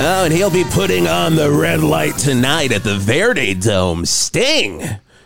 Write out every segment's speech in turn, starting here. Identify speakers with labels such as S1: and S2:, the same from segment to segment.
S1: Oh, and he'll be putting on the red light tonight at the Verde Dome. Sting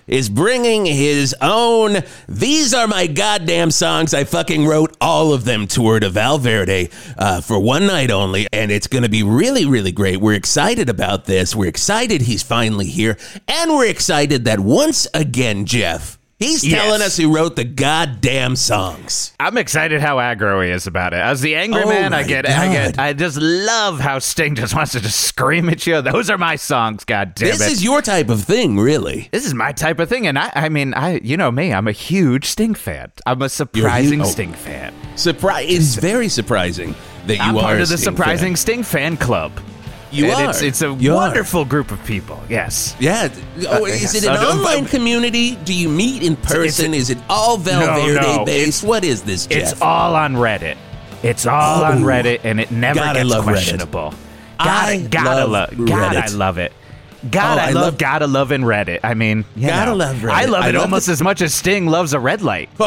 S1: is bringing his own These Are My Goddamn Songs. I fucking wrote all of them tour to Valverde uh, for one night only, and it's going to be really, really great. We're excited about this. We're excited he's finally here, and we're excited that once again, Jeff, he's
S2: Yes.
S1: telling us he wrote the goddamn songs.
S2: I'm excited how aggro he is about it. As the angry
S1: Oh
S2: man, I
S1: my
S2: get, I
S1: God.
S2: get, I just love how Sting just wants to just scream at you. Those are my songs. God damn
S1: This
S2: it.
S1: is your type of thing, really.
S2: this is my type of thing, and I, I mean, I, you know me, I'm a huge Sting fan. I'm a surprising
S1: oh.
S2: Sting fan.
S1: Surprise! It's very surprising that you
S2: I'm
S1: are
S2: part
S1: a
S2: of the
S1: Sting
S2: surprising Sting fan club.
S1: Fan. You
S2: and
S1: are.
S2: It's, it's a
S1: You are.
S2: wonderful group of people. Yes.
S1: Yeah. Oh,
S2: Uh,
S1: is
S2: yes.
S1: it an
S2: I don't-
S1: online community? Do you meet in person? is it all Valverde
S2: no,
S1: based? What is this, Jeff?
S2: It's all on Reddit. It's all on
S1: Ooh.
S2: Reddit, and it never
S1: God, I
S2: gets
S1: love Reddit.
S2: questionable.
S1: I
S2: God, gotta
S1: love
S2: lo- God, I
S1: Reddit.
S2: love it. God,
S1: Oh,
S2: I,
S1: I
S2: love,
S1: love-
S2: gotta love and Reddit. I mean, you
S1: Gotta
S2: know,
S1: love Reddit.
S2: I love
S1: I
S2: it
S1: love
S2: almost as much as Sting loves a red light.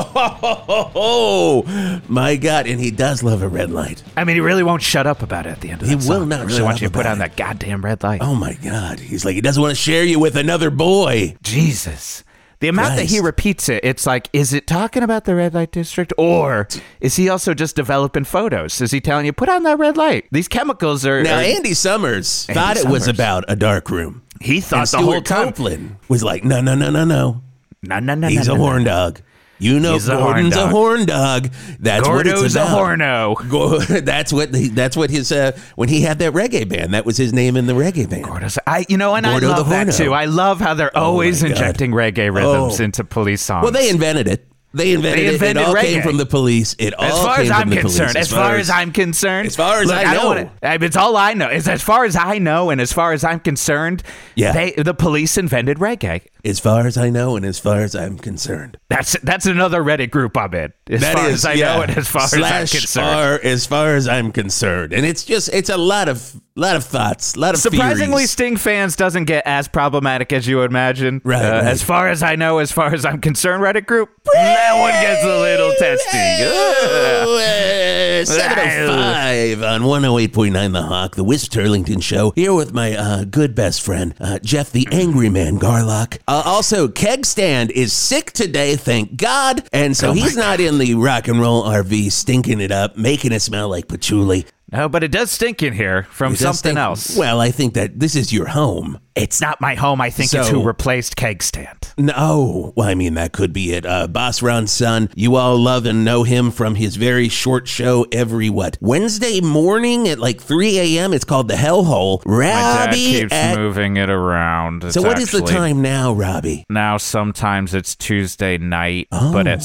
S1: oh, my God. And he does love a red light.
S2: I mean, he really won't shut up about it at the end of
S1: He
S2: that
S1: will
S2: song.
S1: not
S2: I really
S1: shut
S2: want
S1: up
S2: you to put
S1: about
S2: on
S1: it.
S2: that goddamn red light.
S1: Oh, my God. He's like, he doesn't want to share you with another boy.
S2: Jesus. The amount that he
S1: Christ.
S2: repeats it, it's like, is it talking about the red light district or is he also just developing photos? Is he telling you, put on that red light? These chemicals are.
S1: Now,
S2: are-
S1: Andy Summers
S2: Andy
S1: thought it was
S2: Summers.
S1: about a dark room.
S2: he
S1: And
S2: thought the
S1: Stuart
S2: whole time.
S1: Copeland was like, no, no, no, no, no.
S2: No, no, no,
S1: He's
S2: no,
S1: a
S2: no, no.
S1: horn dog. You know,
S2: He's a
S1: Gordon's
S2: horn
S1: a
S2: dog.
S1: horn dog. That's what it's
S2: Gordo's a
S1: about.
S2: horno.
S1: Go- that's what he, that's what his uh, when he had that reggae band. That was his name in the reggae band.
S2: Gordo's- I, you know, and
S1: Gordo
S2: I love
S1: the
S2: that
S1: horno.
S2: too. I love how they're always
S1: my God.
S2: injecting reggae rhythms
S1: Oh.
S2: into police songs.
S1: Well, they invented it. They invented,
S2: They
S1: it.
S2: invented
S1: It all
S2: reggae.
S1: came from the police. It all
S2: As far
S1: came
S2: as
S1: from
S2: I'm
S1: the police.
S2: concerned, as far as I'm concerned,
S1: as far as
S2: look,
S1: I
S2: don't
S1: know.
S2: wanna- I- it's all I know. Is as far as I know, and as far as I'm concerned,
S1: Yeah.
S2: they the police invented reggae.
S1: as far as I know, and as far as I'm concerned,
S2: That's that's another Reddit group I'm in. As
S1: That is,
S2: far as I
S1: yeah,
S2: know, and as far
S1: slash
S2: as I'm concerned.
S1: far- as far as I'm concerned, and it's just it's a lot of lot of thoughts, lot of
S2: Surprisingly,
S1: theories.
S2: Sting fans doesn't get as problematic as you would imagine.
S1: Right,
S2: Uh,
S1: right.
S2: As far as I know, as far as I'm concerned, Reddit group, that one gets a little testy. Ugh.
S1: Hey, uh, 705 on 108.9 The Hawk, the Wisp Turlington Show, here with my uh, good best friend, uh, Jeff the Angry Man Garlock. Uh, also, Keg Stand is sick today, thank God. And
S2: Oh
S1: so he's not in the rock and roll RV stinking it up, making it smell like patchouli.
S2: No, but it does stink in here from
S1: It does
S2: something
S1: stink-
S2: else.
S1: Well, I think that this is your home.
S2: it's not my home. I think it's
S1: So-
S2: who replaced Keg Stand.
S1: No, well, I mean that could be it. Uh, Boss Ron's son, you all love and know him from his very short show every what Wednesday morning at like 3 a.m. It's called the Hellhole. Robbie, at,
S2: moving it around.
S1: so what is the time now, Robbie?
S2: now sometimes it's Tuesday night, but
S1: Oh.
S2: at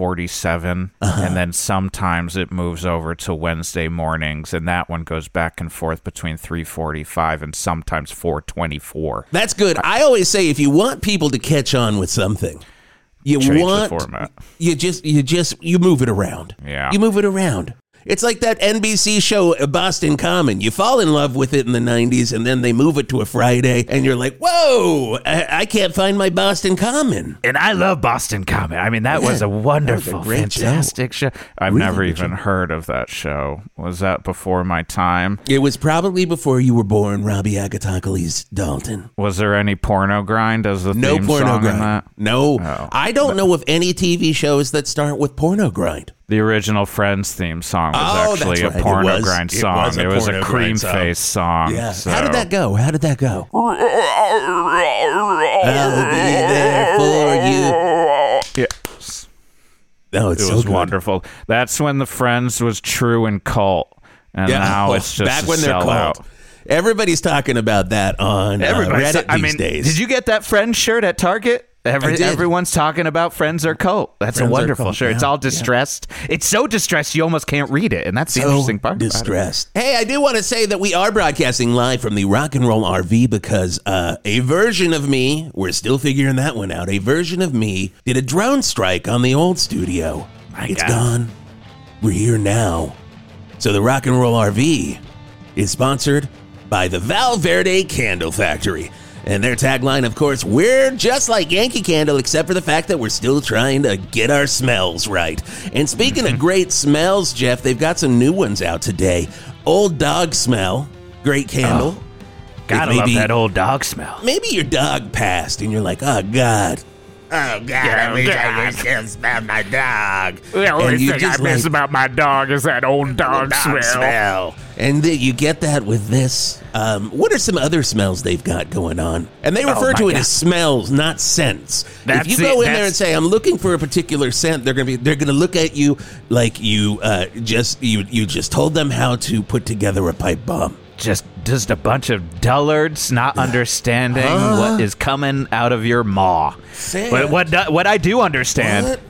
S2: 7:47,
S1: Uh-huh.
S2: and then sometimes it moves over to Wednesday mornings, and that one goes back and forth between 3:45 and sometimes 4:24.
S1: That's good. I always say if you want people to catch on with something, you
S2: Change the
S1: want
S2: format.
S1: you just you just you move it around.
S2: Yeah.
S1: You move it around. It's like that NBC show uh, Boston Common. You fall in love with it in the 90s and then they move it to a Friday and you're like, "Whoa, I, I can't find my Boston Common."
S2: And I love Boston Comet. I mean, that was a wonderful,
S1: great show.
S2: fantastic show. I've
S1: Really
S2: never
S1: good
S2: even heard of that show. Was that before my time?
S1: It was probably before you were born, Robbie Agatakles Dalton.
S2: Was there any porno grind as the
S1: No
S2: theme
S1: porno
S2: song in
S1: grind.
S2: that?
S1: No.
S2: Oh.
S1: I don't know of any TV shows that start with porno grind.
S2: The original Friends theme song was
S1: Oh, that's
S2: actually a
S1: right. It
S2: porno
S1: was-
S2: grind
S1: it
S2: song.
S1: was a
S2: It was a,
S1: porno
S2: cream
S1: grind song.
S2: face song.
S1: Yeah. How did
S2: so- Oh.
S1: that go? How did that go? I'll be there for you.
S2: Yes.
S1: No, it's
S2: It
S1: so
S2: was
S1: good.
S2: wonderful. That's when the Friends was true and cult, and
S1: Yeah. Oh,
S2: now it's just
S1: back
S2: a
S1: when they're
S2: sellout.
S1: called. Everybody's talking about that on uh, Reddit these
S2: I mean,
S1: days.
S2: did you get that Friends shirt at Target? Every,
S1: I did.
S2: everyone's talking about friends or cult. That's
S1: Friends or
S2: a wonderful
S1: cult,
S2: shirt. It's
S1: yeah,
S2: all distressed. It's so distressed you almost can't read it, and that's the
S1: So
S2: interesting part. about it.
S1: Distressed. Hey, I do want to say that we are broadcasting live from the Rock and Roll RV because uh, a version of me, we're still figuring that one out. A version of me did a drone strike on the old studio. It's
S2: God.
S1: gone. We're here now. So the Rock and Roll RV is sponsored by the Valverde Candle Factory. And their tagline, of course, we're just like Yankee Candle, except for the fact that we're still trying to get our smells right. And
S3: Mhm.
S1: speaking of great smells, Jeff, they've got some new ones out today. Old Dog Smell Great candle.
S3: Oh,
S2: Gotta
S1: It may
S2: love
S1: be-
S2: that old dog smell.
S1: Maybe your dog passed and you're like, oh God.
S3: Oh God, I wish I could still smell my dog.
S2: The only
S1: And you
S2: thing I
S1: just,
S2: miss
S1: like-
S2: about my dog is that old dog,
S3: Dog smell.
S1: And that you get that with this. Um, what are some other smells they've got going on? And they refer
S2: Oh my
S1: to it
S2: God.
S1: as smells, not scents.
S2: That's
S1: if you go
S2: it,
S1: in there
S2: that's-
S1: and say, "I'm looking for a particular scent," they're gonna be they're gonna look at you like you uh, just you you just told them how to put together a pipe bomb.
S2: just just a bunch of dullards not understanding what is coming out of your maw.
S1: Sam.
S2: But what do- what I do understand,
S1: What?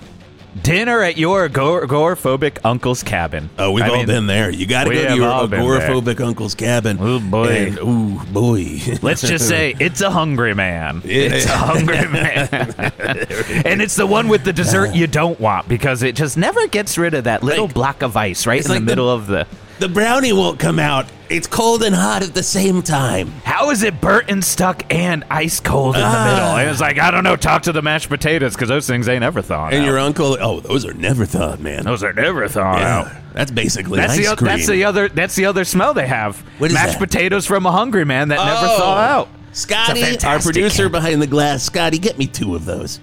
S2: dinner at your agor- agoraphobic uncle's cabin.
S1: Oh, we've
S2: I
S1: all
S2: mean,
S1: been there. You got to
S2: we
S1: go to
S2: have
S1: your
S2: all been
S1: agoraphobic uncle's cabin.
S2: Oh, boy.
S1: And- ooh boy.
S2: Let's just say it's a hungry man.
S1: Yeah.
S2: It's a hungry man. and it's the one with the dessert you don't want because it just never gets rid of that little
S1: Like-
S2: block of ice right in
S1: like
S2: the
S1: the-
S2: middle of the.
S1: the brownie won't come out. It's cold and hot at the same time.
S2: How is it burnt and stuck and ice cold in the
S1: Ah.
S2: middle? And it's like, I don't know, talk to the mashed potatoes because those things ain't ever thawed
S1: And
S2: out.
S1: your uncle, oh, those are never thawed, man.
S2: Those are never thawed out.
S1: Yeah, that's basically
S2: That's
S1: ice
S2: the, o-
S1: cream.
S2: that's the other that's the other smell they have.
S1: What is that?
S2: Mashed potatoes from a hungry man that never
S1: Oh.
S2: thaw out.
S1: Scotty,
S2: It's a
S1: our
S2: fantastic
S1: producer
S2: can.
S1: behind the glass, Scotty, get me two of those.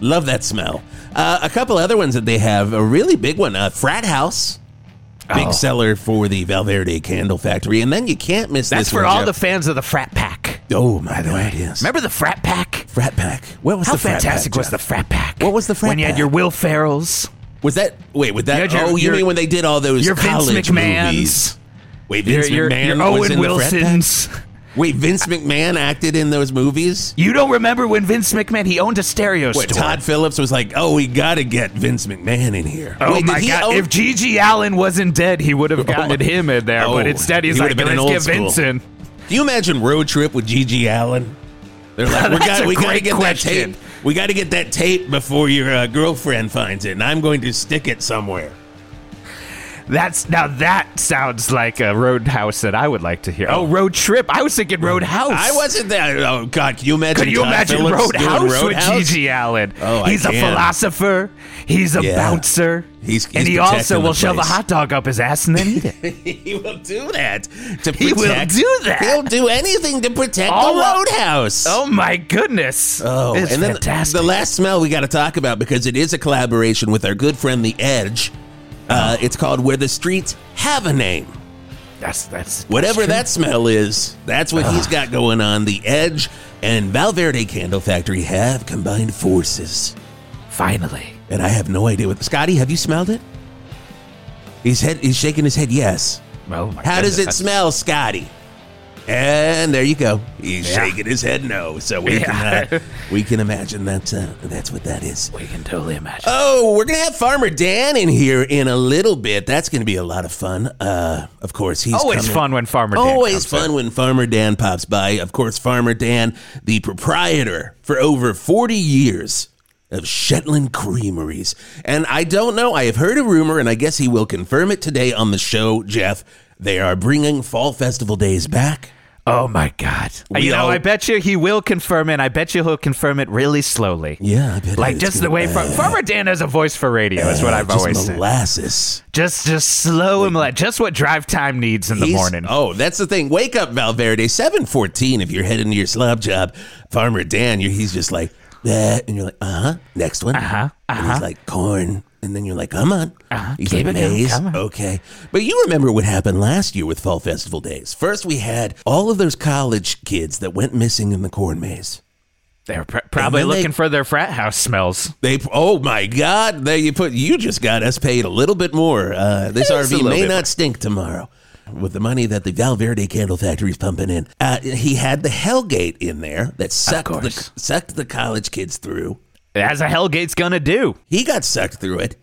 S1: Love that smell. Uh, a couple other ones that they have. A really big one, uh, Frat House. Big
S2: Oh.
S1: seller for the Valverde Candle Factory. And then you can't miss
S2: That's
S1: this
S2: for
S1: one,
S2: all
S1: Jeff.
S2: the fans of the frat pack.
S1: Oh, my God, yes.
S2: Remember the frat pack?
S1: Frat Pack. What was
S2: How
S1: the Frat
S2: fantastic
S1: Pack,
S2: was
S1: Jeff?
S2: the frat pack?
S1: What was the frat
S2: When you
S1: pack?
S2: had your Will Ferrells,
S1: Was that wait? Was
S2: You
S1: that?
S2: had your-
S1: oh, you
S2: your-
S1: mean when they did all those
S2: your Vince
S1: college
S2: McMahon's,
S1: movies? Wait,
S2: your,
S1: Vince
S2: your,
S1: McMahon
S2: your
S1: was
S2: Owen
S1: in the Frat Pack?
S2: Wilson's.
S1: Wait, Vince McMahon acted in those movies.
S2: You don't remember when Vince McMahon he owned a stereo
S1: What
S2: store?
S1: Todd Phillips was like? Oh, we got to get Vince McMahon in here.
S2: Oh
S1: Wait, did
S2: my
S1: he
S2: god!
S1: own-
S2: if Gigi Allen wasn't dead, he would have gotten him in there.
S1: Oh,
S2: but instead, he's
S1: he
S2: like,
S1: would've been an
S2: "Let's
S1: old
S2: get
S1: school."
S2: Vincent."
S1: do you imagine road trip with Gigi Allen? They're like, we
S2: That's
S1: got
S2: a
S1: we got to
S2: great
S1: get
S2: question.
S1: that tape. We got to get that tape before your uh, girlfriend finds it, and I'm going to stick it somewhere.
S2: That's now that sounds like a roadhouse that I would like to hear. Oh, road trip! I was thinking roadhouse.
S1: I wasn't there. Oh God, can you imagine?
S2: Could you
S1: Todd
S2: imagine
S1: Phillips doing
S2: Roadhouse,
S1: Roadhouse?
S2: with Gigi Allen?
S1: Oh, I
S2: he's a
S1: can.
S2: philosopher. He's a
S1: Yeah.
S2: bouncer.
S1: He's- he's
S2: and he
S1: protecting
S2: also
S1: the
S2: will shove a
S1: place.
S2: hot dog up his ass and then eat it.
S1: he will do that. To protect,
S2: He will do that.
S1: He'll do anything to protect
S2: All
S1: the
S2: up.
S1: roadhouse.
S2: oh my goodness!
S1: Oh,
S2: it's
S1: and then
S2: fantastic.
S1: the last smell we got to talk about because it is a collaboration with our good friend The Edge. Uh,
S2: Oh.
S1: It's called Where the Streets Have a Name.
S2: that's that's
S1: Whatever that smell is, that's what he's got going on. The Edge and Valverde Candle Factory have combined forces.
S2: Finally,
S1: And I have no idea what. Scotty, have you smelled it? He's, head, he's shaking his head yes.
S2: oh my
S1: How does it
S2: goodness.
S1: smell, Scotty? And there you go. He's
S2: Yeah.
S1: shaking his head no. So we
S2: Yeah.
S1: can uh, we can imagine that uh, that's what that is.
S2: We can totally imagine.
S1: Oh, we're gonna have Farmer Dan in here in a little bit. That's gonna be a lot of fun. Uh, of course, he's
S2: Always
S1: coming-
S2: fun when Farmer Dan
S1: Always
S2: comes
S1: fun when Farmer Dan pops by. Of course, Farmer Dan, the proprietor for over 40 years of Shetland Creameries. And I don't know, I have heard a rumor, and I guess he will confirm it today on the show, Jeff. They are bringing Fall Festival Days back.
S2: Oh my God!
S1: We
S2: you know,
S1: all-
S2: I bet you he will confirm it. and I bet you he'll confirm it really slowly.
S1: Yeah, I bet
S2: Like
S1: it's
S2: just the
S1: gonna- Uh,
S2: way Far- Farmer Dan has a voice for radio is what I've
S1: just
S2: always said.
S1: molasses.
S2: Just just slow and let just what drive time needs in the
S1: He's-
S2: morning.
S1: Oh, that's the thing. Wake up, Valverde. Seven fourteen. If you're heading to your slob job, Farmer Dan, you're, he's just like that, and you're like, uh huh. Next one, uh
S2: Uh-huh,
S1: And he's like corn, and then you're like, come on. Uh-huh. He's
S2: Keep
S1: like
S2: it going,
S1: maize.
S2: come on.
S1: Okay, but you remember what happened last year with Fall Festival days? First, we had all of those college kids that went missing in the corn maze.
S2: They're pr- probably
S1: then they-
S2: looking for their frat house smells.
S1: They, oh my God! There you put. You just got us paid a little bit more. Uh, this
S2: Just a
S1: RV
S2: little
S1: may
S2: bit
S1: not stink tomorrow. With the money that the Valverde Candle Factory is pumping in, uh, he had the Hellgate in there that sucked the
S2: course.
S1: sucked the college kids through.
S2: As a Hellgate's gonna do.
S1: He got sucked through it.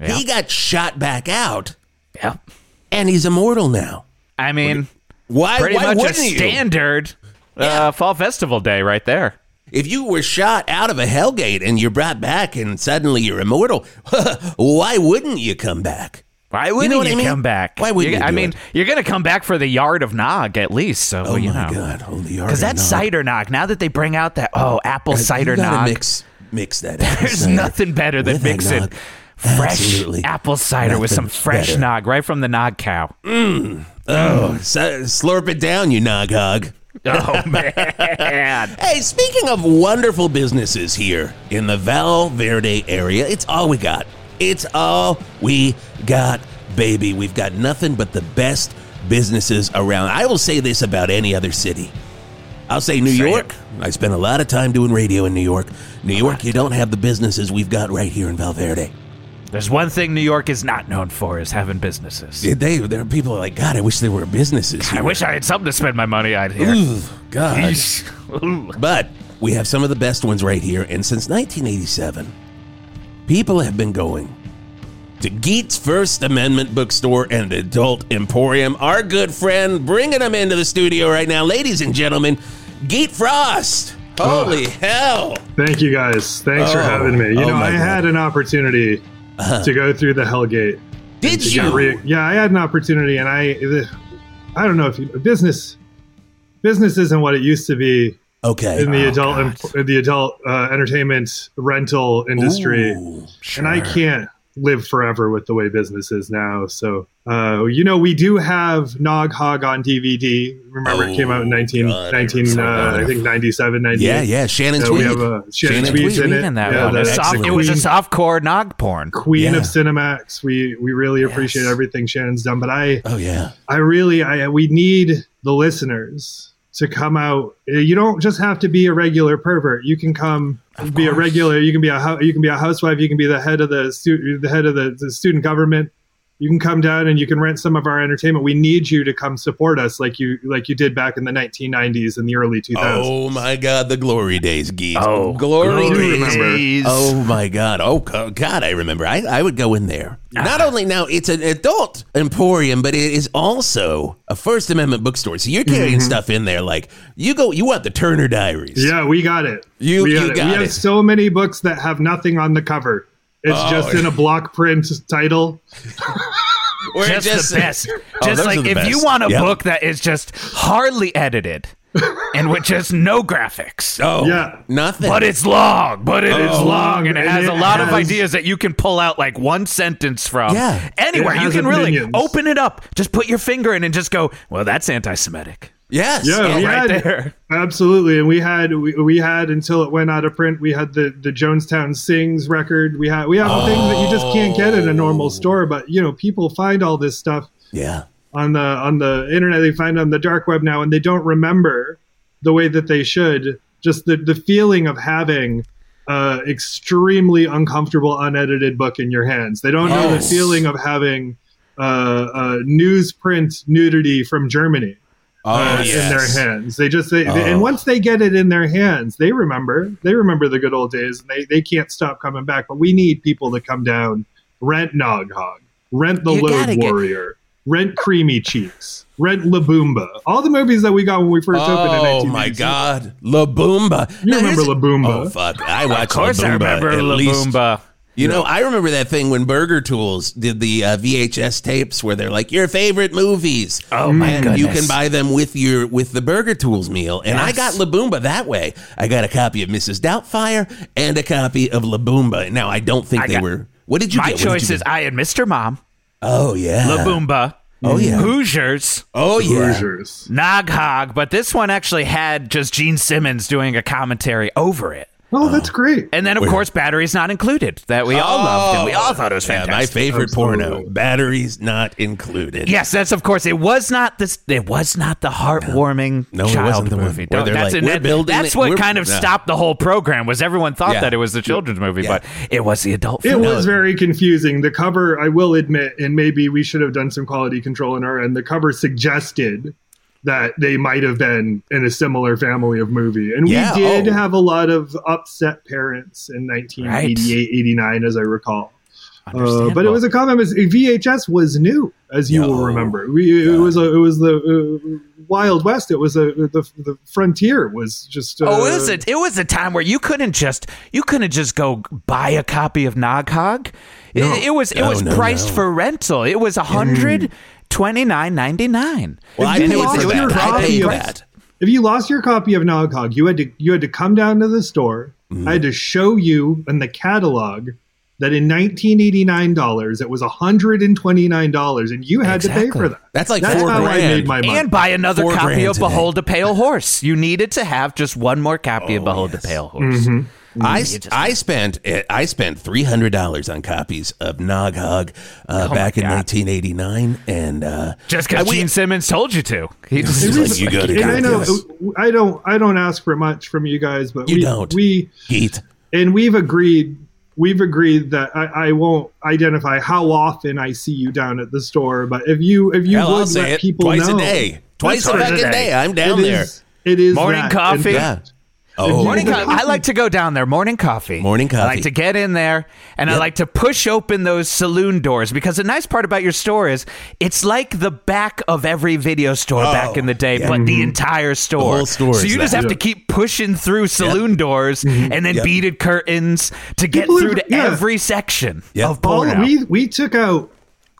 S1: He got shot back out,
S2: Yep.
S1: and he's immortal now.
S2: I mean,
S1: Why?
S2: pretty
S1: why
S2: much a
S1: wouldn't you?
S2: standard uh, fall festival day right there.
S1: If you were shot out of a Hellgate and you're brought back, and suddenly you're immortal, why wouldn't you come back?
S2: Why wouldn't you,
S1: what I mean?
S2: come back?
S1: Why wouldn't you
S2: I
S1: do
S2: mean,
S1: it?
S2: you're gonna come back for the yard of Nog at least. So
S1: Oh
S2: you
S1: my
S2: know.
S1: God! Holy
S2: Because that cider nog, now that they bring out that oh apple cider
S1: you gotta
S2: nog,
S1: Mix, mix that. apple
S2: there's
S1: cider
S2: nothing better than
S1: with that
S2: mixing
S1: nog.
S2: fresh
S1: Absolutely.
S2: apple cider with some
S1: Nothing's
S2: fresh
S1: better.
S2: nog right from the nog cow.
S1: Oh, so, slurp it down, you noghog.
S3: Oh, man.
S1: Hey, speaking of wonderful businesses here in the Val Verde area, it's all we got. It's all we got, baby. We've got nothing but the best businesses around. I will say this about any other city. I'll say New
S2: Say it.
S1: York. I spent a lot of time doing radio in New York. New York, you don't have the businesses we've got right here in Val Verde.
S2: There's one thing New York is not known for is having businesses.
S1: They, there are people like, God, I wish there were businesses
S2: I
S1: here."
S2: wish I had something to spend my money on here.
S1: Ooh, God.
S2: Ooh.
S1: But we have some of the best ones right here. And since 1987, people have been going to Geet's First Amendment Bookstore and Adult Emporium. Our good friend bringing them into the studio right now. Ladies and gentlemen, Geet Frost.
S4: Oh.
S1: Holy hell.
S4: Thank you guys. Thanks
S1: Oh.
S4: for having me. You
S1: Oh
S4: know,
S1: my
S4: I
S1: God. Uh-huh.
S4: had an opportunity to go through the Hellgate.
S1: Did
S4: to get
S1: you?
S4: re- yeah, I had an opportunity, and I, I don't know if you, business, business isn't what it used to be in
S1: okay.
S4: the adult em- in the adult uh, entertainment rental industry,
S1: Ooh.
S4: and I can't live forever with the way business is now. So, uh, you know, we do have Nog Hog on DVD. Remember, it came out in
S1: Oh,
S4: 19,
S1: God, I
S4: 19
S1: remember
S4: uh,
S1: that.
S4: I think 97, 98.
S1: Yeah, yeah. Shannon
S4: Yeah,
S1: Tweed.
S4: Uh, we have a Shannon,
S1: Shannon
S4: Tweed's in
S2: Tweed
S4: it.
S2: in that
S4: Yeah,
S2: one.
S4: the
S2: A soft-
S4: excellent
S2: it was a
S4: queen-
S2: softcore nog porn.
S4: queen
S1: Yeah.
S4: of Cinemax. We we really appreciate
S2: Yes.
S4: everything Shannon's done, but I
S1: oh, yeah.
S4: I really I we need the listeners to come out. Uh, You don't just have to be a regular pervert. You can come be a
S2: course.
S4: regular. You can be a hou- you can be a housewife. You can be the head of the stu- the head of the, the student government. You can come down and you can rent some of our entertainment. We need you to come support us like you like you did back in the 1990s and the early 2000s.
S1: Oh, my God. The glory days, Geet.
S2: Oh,
S1: glory,
S4: glory
S1: days.
S4: days.
S1: Oh my God! Oh co- God, I remember. I, I would go in there.
S4: Ah.
S1: Not only now, it's an adult emporium, but it is also a First Amendment bookstore. So you're carrying stuff in there like you go. You want the Turner Diaries?
S4: Mm-hmm. Yeah, we got it.
S1: You-
S4: we
S1: you
S4: it.
S1: got
S4: we
S1: it.
S4: have so many books that have nothing on the cover. It's
S1: Oh,
S4: just
S1: yeah.
S4: in a block print title.
S1: Or it
S2: just, the best.
S1: Oh, those
S2: Just
S1: are
S2: like
S1: the
S2: if you
S1: best.
S2: want a
S1: Yep.
S2: book that is just hardly edited and with just no graphics.
S1: Oh
S4: Yeah.
S1: nothing.
S2: But it's long, but it is
S1: Oh.
S2: long, and it
S4: And
S2: has
S4: it
S2: a lot of
S4: has-
S2: ideas that you can pull out like one sentence from.
S1: Yeah.
S2: Anywhere. You
S4: It has
S2: can really
S4: opinions.
S2: open it up, just put your finger in and just go, well, that's anti Semitic.
S1: yes.
S4: Yeah,
S1: Oh,
S4: we
S2: Right
S4: had-
S2: there.
S4: Absolutely, and we had we, we had until it went out of print. We had the the Jonestown Sings record. We had we have things that you just can't get in a
S1: Oh.
S4: normal store. But you know, people find all this stuff
S1: Yeah.
S4: on the on the internet. They find it on the dark web now, and they don't remember the way that they should. Just the the feeling of having uh, extremely uncomfortable unedited book in your hands. They don't know the
S1: Yes.
S4: feeling of having uh, uh, newsprint nudity from Germany
S1: Oh
S4: uh, in their
S1: yes.
S4: hands. They just they, they-
S1: Oh.
S4: and once they get it in their hands, they remember. They remember the good old days, and they they can't stop coming back. But we need people to come down, rent Noghog, rent The
S2: You gotta
S4: Load
S2: get-
S4: Warrior, rent Creamy Cheeks, rent Laboomba. All the movies that we got when we first opened in
S1: Oh
S4: 1997.
S1: my God, La Boomba!
S4: You remember
S1: here's-
S4: La Boomba.
S1: Oh fuck, I watched
S2: Of course,
S1: La Boomba
S2: I remember
S1: at
S2: La
S1: least
S2: Boomba.
S1: You know, I remember that thing when Burger Tools did the uh, VHS tapes where they're like your favorite movies.
S2: Oh, my
S1: and You
S2: goodness.
S1: can buy them with your with the Burger Tools meal. And I got
S2: Yes.
S1: Laboomba that way. I got a copy of Mrs. Doubtfire and a copy of Laboomba. Now I don't think
S2: I
S1: they
S2: got-
S1: were. What did you
S2: My
S1: get? What did
S2: choice
S1: you
S2: is
S1: get?
S2: I had Mr. Mom,
S1: Oh yeah.
S2: La Boomba,
S1: Oh, yeah.
S2: Hoosiers,
S1: Oh yeah.
S4: Hoosiers.
S2: Noghog, but this one actually had just Gene Simmons doing a commentary over it.
S4: Oh, that's great.
S2: And then, of course, Batteries Not Included, that we all loved and we all thought it was
S1: Oh, Yeah, my
S2: fantastic.
S1: favorite porno.
S4: Absolutely.
S1: Batteries not included.
S2: Yes, that's of course. It was not this. It was not the heartwarming
S1: No, it
S2: child
S1: wasn't the one
S2: movie.
S1: where
S2: No,
S1: they're
S2: that's
S1: like,
S2: an-
S1: "We're
S2: that-
S1: building it-
S2: that's what
S1: we're-
S2: kind of
S1: Yeah.
S2: stopped the whole program. Was everyone thought
S1: Yeah.
S2: that it was the children's movie,
S1: Yeah.
S2: but it was the adult.
S4: It
S2: film.
S4: was very confusing. The cover, I will admit, and maybe we should have done some quality control in our end. The cover suggested that they might have been in a similar family of movie. And
S1: Yeah,
S4: we did
S1: oh.
S4: have a lot of upset parents in 1988, 89, as I recall. Uh, but it
S2: Understandable.
S4: was a common mis- VHS was new, as you
S1: Yeah, oh,
S4: will remember. We, it was a, it was the uh, Wild West. It was a, the the frontier was just. Uh,
S2: Oh, it was a it was a time where you couldn't just you couldn't just go buy a copy of Noghog.
S4: No.
S2: It, it was it
S1: No, Oh,
S2: was
S1: no,
S2: priced
S1: no.
S2: for rental. It was a hundred twenty nine ninety nine.
S1: Well, I
S4: If
S1: paid
S4: you
S1: for
S4: lost your
S1: that. I
S4: copy
S1: paid
S4: of-
S1: that.
S4: if you lost your copy of
S1: Mm-hmm.
S4: Noghog, you had to you had to come down to the store. I had to show you in the catalog that in 1989 dollars it was 129 dollars, and you had to pay
S1: Exactly.
S4: for that.
S1: That's like
S4: That's
S1: four
S4: how I
S1: grand.
S4: made my money.
S2: And buy another
S1: Four
S2: copy
S1: grand
S2: of
S1: today. Oh,
S2: Behold a Pale Horse. You needed to have just one more copy of Behold a Pale Horse.
S1: I, I spent eh, I spent three hundred dollars on copies of Nog Hog
S4: Oh
S1: uh, back in
S2: God.
S1: 1989, and uh,
S2: Just because
S1: I- we-
S2: Gene Simmons told you to. He just,
S1: It's like you go to
S4: and I know
S1: Geith's.
S4: I don't I don't ask for much from you guys, but
S1: You
S4: we,
S1: don't.
S4: we
S1: Geith.
S4: and we've agreed we've agreed that I, I won't identify how often I see you down at the store, but if you if you
S1: Hell,
S4: would
S1: I'll say
S4: let
S1: it
S4: people
S1: twice
S4: know,
S1: a day, twice a
S2: Twice a
S1: fucking
S2: day.
S1: day. I'm down
S4: it
S1: there.
S4: is- it is
S2: Morning
S4: that.
S2: coffee.
S4: And-
S1: yeah. Oh,
S2: Morning coffee. I like to go down there. Morning coffee.
S1: Morning
S2: I
S1: coffee.
S2: like to get in there and I like to push open those saloon doors because the nice part about your store is it's like the back of every video store back in the day, but the entire store.
S1: Oh, whole store
S2: so
S1: is
S2: you just
S1: that.
S2: have to keep pushing through saloon doors and then
S1: Yep.
S2: beaded curtains to get
S4: People are-
S2: through to
S4: yeah.
S2: every section
S1: Yep.
S2: of
S4: All-
S2: porno.
S4: Oh, we we took out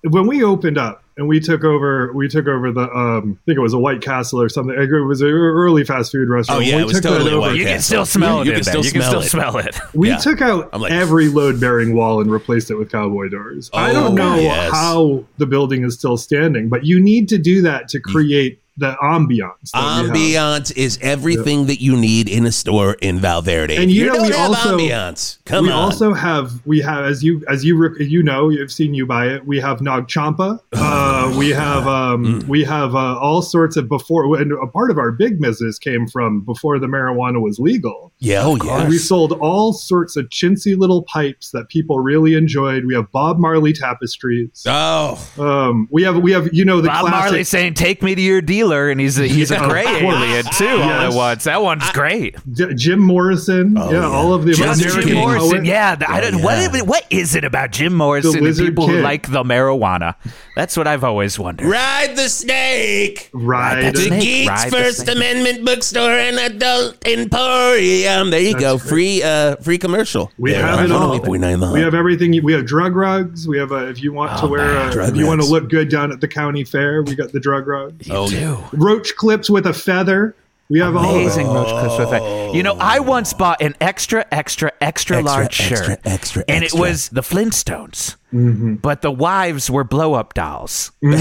S4: when we opened up and we took over we took over the um I think it was a White Castle or something. It was an early fast food restaurant.
S1: Oh yeah,
S4: we
S1: it was
S4: took that
S1: totally
S4: over.
S1: White
S2: you can
S1: Castle.
S2: still smell
S1: You can
S2: it. in there.
S1: still
S2: You can
S1: smell
S2: still
S1: it.
S2: smell it.
S4: We
S1: Yeah.
S4: took out
S1: I'm like-
S4: every load bearing wall and replaced it with cowboy doors. I
S1: Oh,
S4: don't know
S1: yes.
S4: how the building is still standing, but you need to do that
S1: Mm.
S4: to create the ambiance. that we have.
S1: Ambiance is everything that you need in a store in Valverde.
S4: And you know
S1: don't
S4: we
S1: have
S4: also-
S1: ambiance. Come
S4: we
S1: on.
S4: also have we have as you as you re- you know you've seen you buy it. We have Nog Champa.
S1: Oh,
S4: Uh, we have um,
S1: Mm.
S4: we have uh, all sorts of before. And a part of our big business came from before the marijuana was legal.
S1: yeah, oh yeah.
S4: And we sold all sorts of chintzy little pipes that people really enjoyed. We have Bob Marley tapestries.
S1: Oh,
S4: Um, we have we have you know the
S2: Bob
S4: classic.
S2: Marley saying, "Take me to your dealer," and he's a, he's a gray alien too. All
S4: Yes.
S2: at once, that one's great.
S4: J- Jim Morrison.
S1: Oh,
S4: yeah,
S1: yeah.
S4: all of the
S1: Just
S4: American
S1: Jim
S2: Jim
S1: King.
S2: Morrison,
S4: poet.
S2: yeah. the- I don't,
S1: yeah.
S2: What, what is it about Jim Morrison and
S4: Lizard
S2: people who
S4: Kid.
S2: like the marijuana? That's what I've always wondered.
S1: ride the snake.
S4: Right.
S2: That's
S1: The
S2: Snake,
S1: Geeks
S2: ride the
S1: First
S2: snake.
S1: Amendment Bookstore and Adult Emporium. There you go, free uh free commercial.
S4: We
S1: There,
S4: have it all.
S1: 108.9 the Hub.
S4: We have everything. you- We have drug rugs. We have uh if you want
S2: Oh,
S4: to wear
S1: man,
S4: a,
S1: drug
S4: if you want to
S1: rugs.
S4: look good down at the county fair, we got the drug rugs.
S1: oh, yeah.
S4: Roach clips with a feather. We have all of
S1: Oh.
S2: Amazing
S4: it.
S2: Roach Clips with that. You know, I once bought an extra, extra, extra,
S1: Extra,
S2: large
S1: extra,
S2: shirt,
S1: extra,
S2: and
S1: extra.
S2: it was the Flintstones,
S4: Mm-hmm.
S2: but the wives were blow up dolls,
S4: Mm.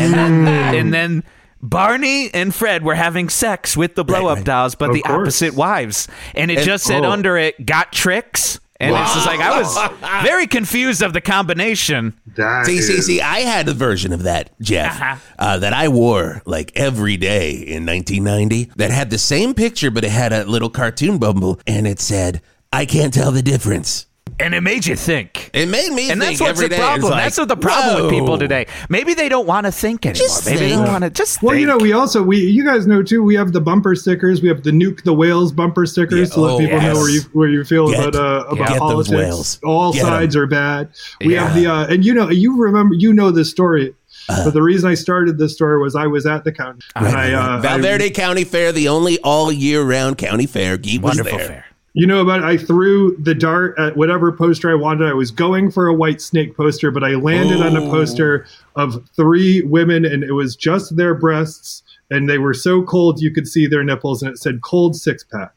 S2: and then. Barney and Fred were having sex with the blow up
S1: right.
S2: dolls, but
S4: Of
S2: the
S4: course.
S2: opposite wives. And it
S1: And-
S2: just said
S4: oh.
S2: under it, got tricks. And it's just like, I was very confused of the combination.
S4: That
S1: See, see,
S4: is-
S1: see, I had a version of that, Jeff,
S2: Uh-huh.
S1: uh, that I wore like every day in 1990 that had the same picture, but it had a little cartoon bumble and it said, I can't tell the difference.
S2: And it made you think.
S1: It made me
S2: and
S1: think
S2: that's what's
S1: every day,
S2: the
S1: it's
S2: problem.
S1: like,
S2: that's what the problem with
S1: whoa.
S2: people today. Maybe they don't want to think anymore.
S1: Just
S2: Maybe they
S1: think.
S2: don't want to just.
S4: Well, you
S2: think.
S4: know, we also we you guys know too. We have the bumper stickers. We have the nuke the whales bumper stickers
S1: Yeah,
S4: to let
S1: oh,
S4: people
S1: yes.
S4: know where you where you feel
S1: Get-
S4: about uh,
S1: get
S4: about
S1: those
S4: politics.
S1: whales.
S4: All
S1: Get 'em.
S4: sides are bad. We
S2: Yeah.
S4: have the uh, and you know you remember you know this story.
S1: Uh.
S4: but the reason I started this story was I was at the county. and I, uh, I,
S1: Valverde County Fair, the only all year round county fair. Geet was
S2: wonderful
S1: there.
S2: fair.
S4: you know about I threw the dart at whatever poster I wanted. I was going for a white snake poster, but I landed on a poster of three women, and it was just their breasts, and they were so cold you could see their nipples, and it said "cold six pack."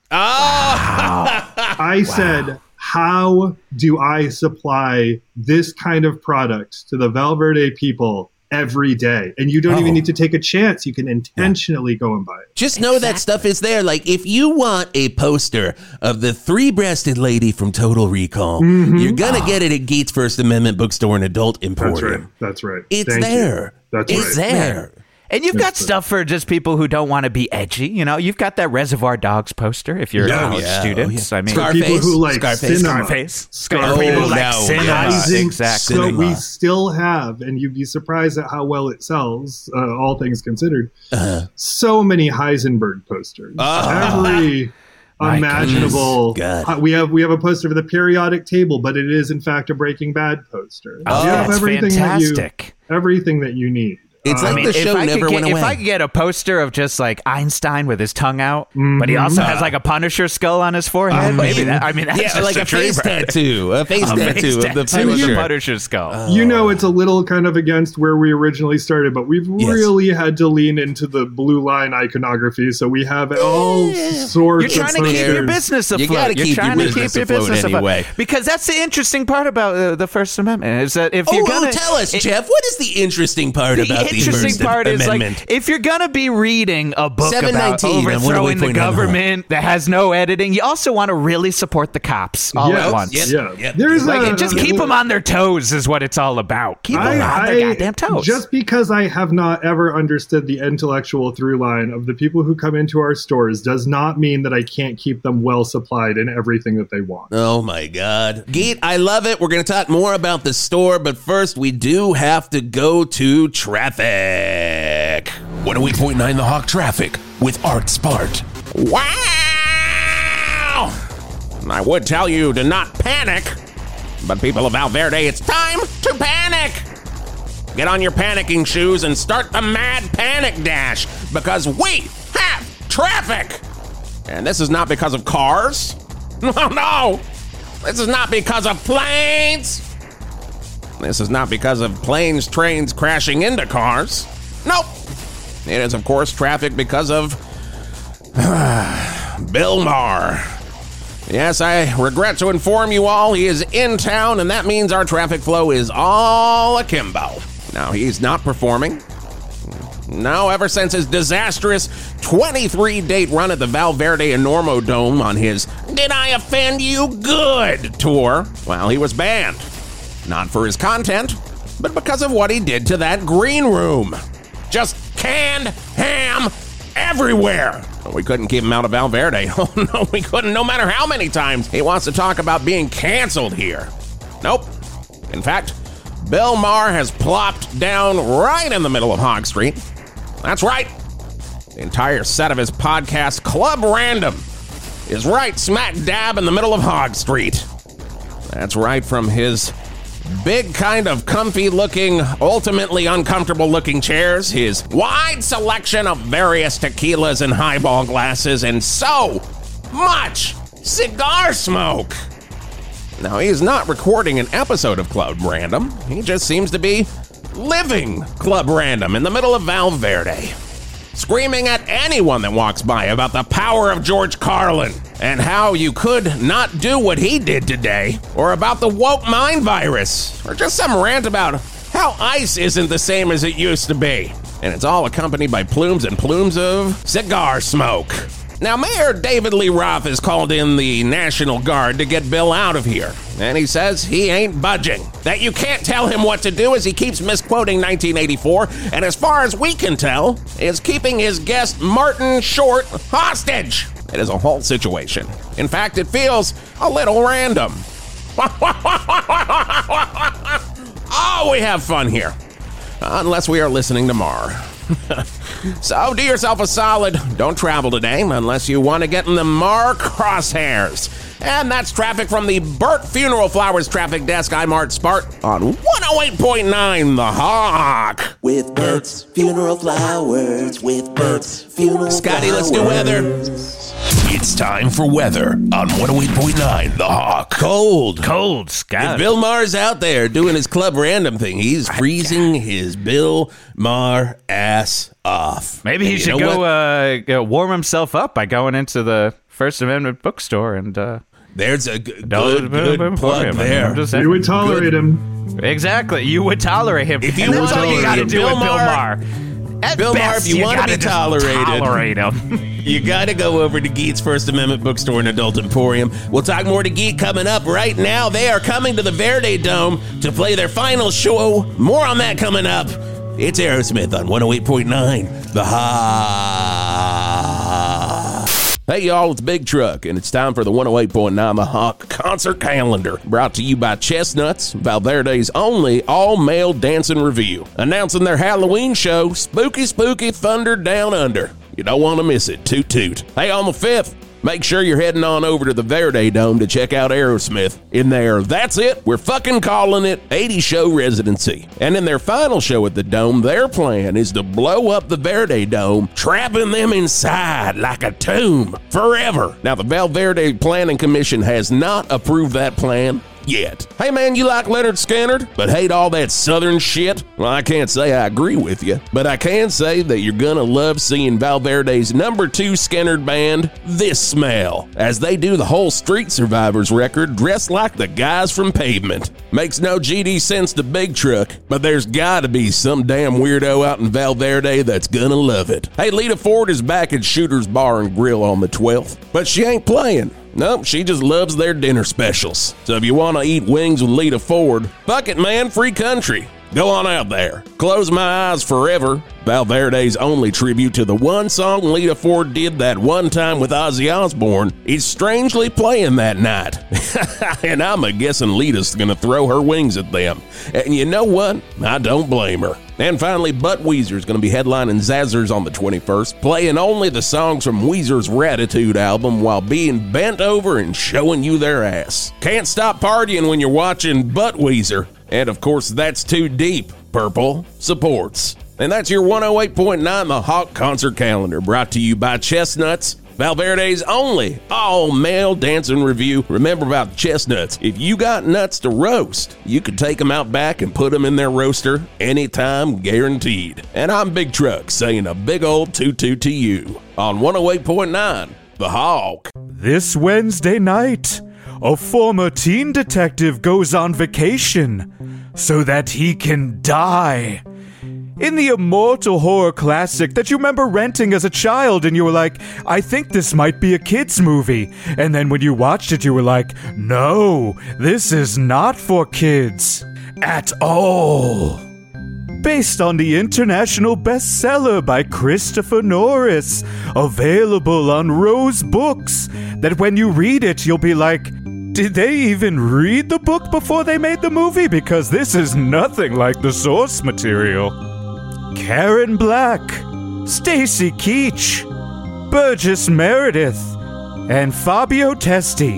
S4: I said, How do I supply this kind of product to the Valverde people every day? And you don't even need to take a chance. You can intentionally go and buy it.
S1: Just know that stuff is there. Like, if you want a poster of the three breasted lady from Total Recall, you're going
S2: Ah.
S1: to get it at Geet's First Amendment Bookstore and Adult Emporium.
S4: Mm-hmm. That's right. That's right.
S1: It's
S4: Thank you.
S1: there.
S4: That's
S1: It's
S4: right.
S1: there.
S2: And you've got stuff for just people who don't want to be edgy. You know, you've got that Reservoir Dogs poster if you're
S4: Yeah.
S2: a college
S1: Yeah.
S2: student.
S1: Oh, yeah.
S2: I mean,
S1: Scar-
S4: People
S1: Scarface.
S4: who like
S1: Scarface.
S4: cinema.
S2: Scarface.
S4: Scarface.
S2: People
S1: Oh,
S2: like
S1: no,
S2: cinema.
S1: yeah.
S4: Rising
S2: Exactly.
S4: So
S1: Cinema.
S4: we still have, and you'd be surprised at how well it sells, uh, all things considered.
S2: Uh-huh.
S4: So many Heisenberg posters.
S2: Ah.
S4: Every imaginable.
S1: goodness. God.
S4: Uh, we have we have a poster for the periodic table, but it is in fact a Breaking Bad poster.
S2: Oh,
S4: you have
S2: that's
S4: everything
S2: fantastic.
S4: that you everything that you need.
S1: It's like
S2: I mean,
S1: the
S2: if
S1: show
S2: I could
S1: never
S2: get,
S1: went
S2: if
S1: away.
S2: I could get a poster of just like Einstein with his tongue out, but he
S1: Mm-hmm.
S2: also has like a Punisher skull on his forehead, maybe that. I mean, that's
S1: Um, yeah,
S2: just
S1: like a,
S2: dream
S1: face
S2: right there.
S1: tattoo, a face
S2: Face
S1: tattoo of the
S2: tattoo with the
S1: Punisher.
S2: Punisher skull.
S4: You know, it's a little kind of against where we originally started, but we've
S1: Yes.
S4: really had to lean into the blue line iconography. So we have all
S2: You're
S4: sorts
S2: trying
S4: of
S2: to keep your
S4: posters.
S2: business afloat.
S1: You gotta
S2: You're
S1: keep your
S2: trying to
S1: business
S2: keep your
S1: afloat
S2: business afloat.
S1: anyway.
S2: Because that's the interesting part about uh, the First Amendment is that if
S1: Oh,
S2: you're
S1: oh,
S2: gonna
S1: tell us, Jeff, what is the interesting part about
S2: the interesting
S1: First
S2: part is
S1: Amendment?
S2: like if you're gonna be reading a book about
S1: 719, and what are we
S2: overthrowing
S1: pointing
S2: the
S1: on the
S2: government that has no editing, you also want to really support the cops all
S4: Yes.
S2: at once.
S1: Yes.
S4: Yeah,
S1: Yep.
S4: there's
S2: Like,
S4: a,
S2: just keep them on their toes is what it's all about. Keep them
S4: I-
S2: on their
S4: I-
S2: goddamn toes.
S4: Just because I have not ever understood the intellectual through line of the people who come into our stores does not mean that I can't keep them well supplied in everything that they want.
S1: Oh my God. Geet, I love it. We're going to talk more about the store, but first we do have to go to traffic.
S5: 108.9 The Hawk Traffic with Art Spart.
S1: Wow! And I would tell you to not panic, but people of Valverde, it's time to panic! Get on your panicking shoes and start the mad panic dash because we have traffic! And this is not because of cars. No, no! This is not because of planes! This is not because of planes, trains crashing into cars. Nope! It is, of course, traffic because of Bill Maher. Yes, I regret to inform you all he is in town, and that means our traffic flow is all akimbo. Now, he's not performing. No, ever since his disastrous 23 date run at the Valverde Enormo Dome on his Did I Offend You Good tour, well, he was banned. Not for his content, but because of what he did to that green room. Just canned ham everywhere. We couldn't keep him out of Valverde. Oh, no, we couldn't, no matter how many times he wants to talk about being canceled here. Nope. In fact, Bill Maher has plopped down right in the middle of Hog Street. That's right. The entire set of his podcast, Club Random, is right smack dab in the middle of Hog Street. That's right, from his big, kind of comfy looking, ultimately uncomfortable looking chairs, his wide selection of various tequilas and highball glasses, and so much cigar smoke. Now, he's not recording an episode of Club Random, he just seems to be living Club Random in the middle of Valverde screaming at anyone that walks by about the power of George Carlin and how you could not do what he did today, or about the woke mind virus, or just some rant about how ice isn't the same as it used to be. And it's all accompanied by plumes and plumes of cigar smoke. Now, Mayor David Lee Roth has called in the National Guard to get Bill out of here. And he says he ain't budging. That you can't tell him what to do as he keeps misquoting 1984, and as far as we can tell, is keeping his guest Martin Short hostage. It is a whole situation. In fact, it feels a little random. oh, we have fun here. Uh, Unless we are listening tomorrow. so do yourself a solid. Don't travel today unless you want to get in the Mar crosshairs. And that's traffic from the Burt Funeral Flowers traffic desk. I'm Art Spart on 108.9 The Hawk.
S6: With Burt's Funeral Flowers, with Burt's Funeral
S1: Scotty, let's do
S6: Flowers.
S1: weather.
S5: It's time for weather on 108.9 The Hawk.
S1: Cold.
S2: cold, Scott.
S1: Bill Maher's out there doing his club random thing. He's freezing his Bill Maher ass off.
S2: Maybe he
S1: And you
S2: should
S1: know
S2: go,
S1: what?
S2: uh, go warm himself up by going into the First Amendment bookstore and uh,
S1: There's a g- good, good plug there.
S2: I'm just
S4: You
S2: saying.
S4: would tolerate him.
S2: Exactly, you would tolerate him.
S1: If you
S2: And that's
S1: would
S2: all you
S1: tolerate
S2: got to
S1: him.
S2: do
S1: Bill
S2: with Bill
S1: Maher-
S2: Maher. At
S1: Bill Maher,
S2: best,
S1: if you wanna
S2: gotta
S1: be
S2: just
S1: tolerated.
S2: tolerate him.
S1: You gotta go over to Geet's First Amendment Bookstore and Adult Emporium. We'll talk more to Geet coming up. Right now, they are coming to the Verde Dome to play their final show. More on that coming up. It's Aerosmith on 108.9, The Hawk. Hey, y'all, it's Big Truck, and it's time for the 108.9 The Hawk concert calendar. Brought to you by Chestnuts, Valverde's only all male dancing review. Announcing their Halloween show, Spooky Spooky Thunder Down Under. You don't want to miss it. Toot toot. Hey, on the 5th, Make sure you're heading on over to the Verde Dome to check out Aerosmith in there. That's it. We're fucking calling it 80 Show Residency. And in their final show at the Dome, their plan is to blow up the Verde Dome, trapping them inside like a tomb forever. Now, the Val Verde Planning Commission has not approved that plan yet. Hey man, you like Leonard Scannard, but hate all that southern shit? Well, I can't say I agree with you, but I can say that you're gonna love seeing Valverde's number two Scannard band, This Smell, as they do the whole Street Survivors record dressed like the guys from Pavement. Makes no GD sense to Big Truck, but there's gotta be some damn weirdo out in Valverde that's gonna love it. Hey, Lita Ford is back at Shooter's Bar and Grill on the 12th, but she ain't playing. Nope, she just loves their dinner specials. So if you want to eat wings with Lita Ford, fuck it, man, free country. Go on out there. Close my eyes forever. Valverde's only tribute to the one song Lita Ford did that one time with Ozzy Osbourne is strangely playing that night. and I'm a guessing Lita's gonna throw her wings at them. And you know what? I don't blame her. And finally, Butt Weezer's going to be headlining Zazzers on the 21st, playing only the songs from Weezer's Ratitude album while being bent over and showing you their ass. Can't stop partying when you're watching Butt Weezer. And of course, that's too deep. Purple supports. And that's your 108.9 The Hawk concert calendar brought to you by Chestnuts. Valverde's only all male dancing review. Remember about the chestnuts. If you got nuts to roast, you could take them out back and put them in their roaster anytime, guaranteed. And I'm Big Truck saying a big old tutu to you on 108.9 The Hawk.
S7: This Wednesday night, a former teen detective goes on vacation so that he can die. In the immortal horror classic that you remember renting as a child, and you were like, I think this might be a kid's movie. And then when you watched it, you were like, no, this is not for kids. At all based on the international bestseller by Christopher Norris, available on Rose Books, that when you read it, you'll be like, did they even read the book before they made the movie? Because this is nothing like the source material. Karen Black, Stacy Keach, Burgess Meredith, and Fabio Testi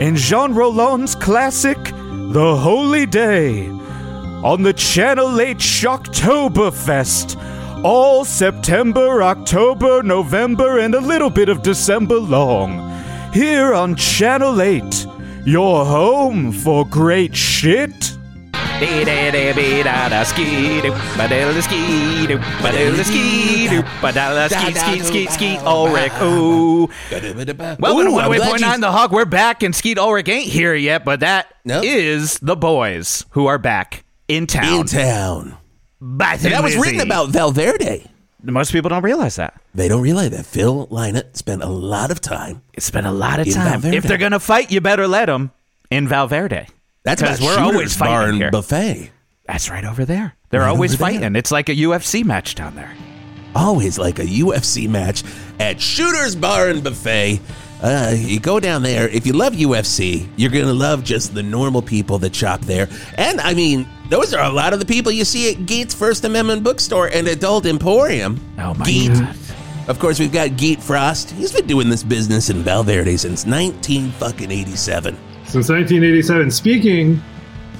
S7: in Jean Roland's classic, The Holy Day on the Channel 8 Shocktoberfest. All September, October, November, and a little bit of December long. Here on Channel 8, your home for great shit.
S2: Ulrich. Ooh. Welcome to
S1: Ooh, I'm glad
S2: 108.9
S1: you-
S2: The Hawk. We're back, and Skeet Ulrich ain't here yet, but that is
S1: Nope.
S2: the boys who are back in town.
S1: In town.
S2: Bath and
S1: That was written
S2: Lizzie.
S1: about Valverde.
S2: Most people don't realize that.
S1: They don't realize that Phil Lynott spent a lot of time.
S2: It's been a lot of
S1: In
S2: time.
S1: Valverde.
S2: If they're going to fight, you better let them in Valverde.
S1: That's
S2: Because
S1: because
S2: we're always fighting here.
S1: buffet.
S2: That's right over there. They're always
S1: over there.
S2: fighting. It's like a UFC match down there.
S1: always like a UFC match at Shooter's Bar and Buffet. Uh, you go down there. If you love UFC, you're gonna love just the normal people that shop there. And I mean, those are a lot of the people you see at Geet's First Amendment Bookstore and Adult Emporium.
S2: Oh, my
S1: Geet.
S2: God.
S1: Of course, we've got Geet Frost. He's been doing this business in Valverde since 19 fucking 87.
S4: since 1987. Speaking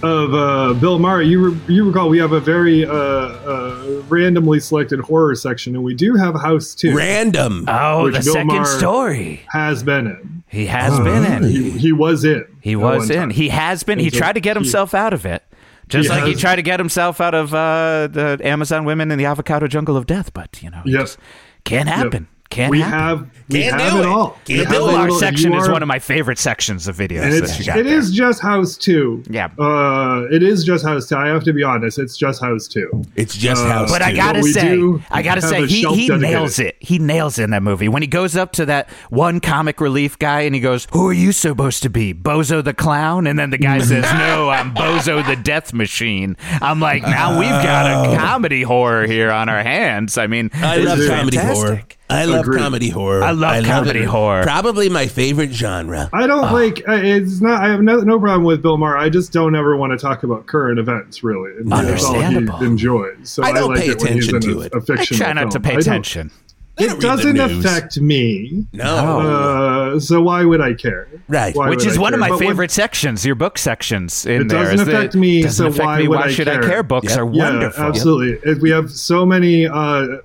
S4: of uh, Bill Maher, you re- you recall we have a very uh, uh, randomly selected horror section, and we do have House Two
S1: Random.
S2: Oh,
S4: Which
S2: the
S4: Bill
S2: second
S4: Maher-
S2: story.
S4: has been in.
S2: He has been in.
S4: He, he was in.
S2: He
S4: at
S2: was
S4: Oh, one
S2: in.
S4: time.
S2: He has been. He
S4: He's a-
S2: tried to get
S4: he-
S2: himself out of it, just
S4: He
S2: like he
S4: has-
S2: tried to get himself out of uh, the Amazon women in the avocado jungle of death. But you know, it
S4: Yep.
S2: just can't happen. Can't
S4: we
S2: happen.
S4: have we
S1: Can't
S4: have
S1: do
S4: it,
S1: it.
S4: all. We
S1: Can't
S4: have
S1: do
S2: Bill
S1: it.
S4: it
S2: Maher
S4: all.
S2: section
S4: You
S2: is
S4: are-
S2: one of my favorite sections of
S4: And
S2: videos.
S4: it's,
S2: That you got
S4: it
S2: there.
S4: is just House Two.
S2: Yeah.
S4: Uh, it is just House Two. I have to be honest. It's just House Two.
S1: It's just house.
S2: uh, But I
S1: two.
S2: gotta
S4: What we
S2: say,
S4: do
S2: I gotta
S4: have
S2: say,
S4: a
S2: he,
S4: shelf
S2: he
S4: dedicated.
S2: nails it. He nails it in that movie when he goes up to that one comic relief guy and he goes, "Who are you supposed to be, Bozo the clown?" And then the guy says, "No, I'm Bozo the Death Machine." I'm like, now we've
S4: Oh.
S2: got a comedy horror here on our hands. I mean,
S1: I
S2: this
S1: love
S2: is
S1: comedy horror.
S2: fantastic.
S1: I love
S4: Agreed.
S1: comedy horror.
S2: I love comedy
S1: it.
S2: horror.
S1: Probably my favorite genre.
S4: I don't like. I- It's not. I have no, no problem with Bill Maher. I just don't ever want to talk about current events. Really, And that's all he
S2: Understandable.
S4: enjoys. So
S1: I
S4: I,
S1: don't
S4: like
S1: pay
S4: it when he's
S1: attention
S4: in
S1: to
S4: a-
S1: it.
S4: A
S2: I
S4: fictional
S2: try not to
S4: film.
S2: pay
S4: I don't-
S2: attention.
S1: I don't
S4: It
S1: read the
S4: doesn't
S1: news.
S4: affect me.
S1: No.
S4: Uh, Uh, so why would I care?
S1: Right.
S4: Why
S2: Which
S4: would
S2: is
S4: I
S2: one of my
S4: care? But when-
S2: favorite sections, your book sections in
S4: It
S2: there.
S4: doesn't
S2: is that-
S4: affect me,
S2: doesn't
S4: so
S2: affect
S4: why
S2: me.
S4: would
S2: Why
S4: I
S2: should I
S4: care?
S2: care? Books
S1: Yep.
S2: are
S4: Yeah,
S2: wonderful.
S4: absolutely. It- We have so many uh,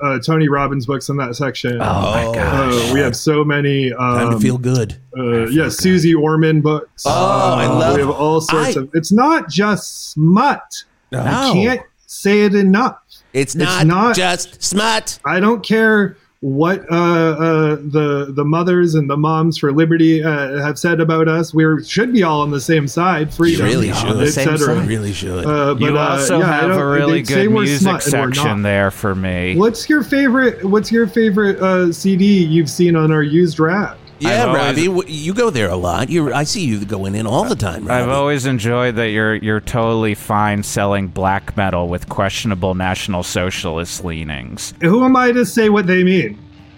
S4: uh, Tony Robbins books in that section.
S2: Oh my god.
S4: Uh, we have so many. Um,
S1: Time to feel good.
S4: uh, yeah, Susie Orman books. Oh,
S1: I love-
S4: We have all sorts
S1: I-
S4: of. It's not just smut. I can't say it enough.
S1: It's not,
S4: not-
S1: just smut.
S4: I don't care what uh, uh, the the mothers and the moms for liberty uh, have said about us. We should be all on the same side,
S1: You
S4: freedom,
S1: really
S4: etc.
S1: should.
S4: et
S2: same
S4: cetera.
S2: side.
S1: Really should.
S4: Uh, but,
S2: you
S4: uh,
S2: also
S4: yeah, I
S2: have
S4: don't-
S2: a really
S4: they say
S2: good
S4: we're
S2: music
S4: smut and we're
S2: section
S4: not.
S2: there for me.
S4: What's your favorite? What's your favorite uh, CD you've seen on our used rack?
S1: yeah,
S2: I've always-
S1: Robbie, w- you go there a lot. You're, I see you going in all the time. Robbie.
S2: I've always enjoyed that you're you're totally fine selling black metal with questionable national socialist leanings.
S4: Who am I to say what they mean?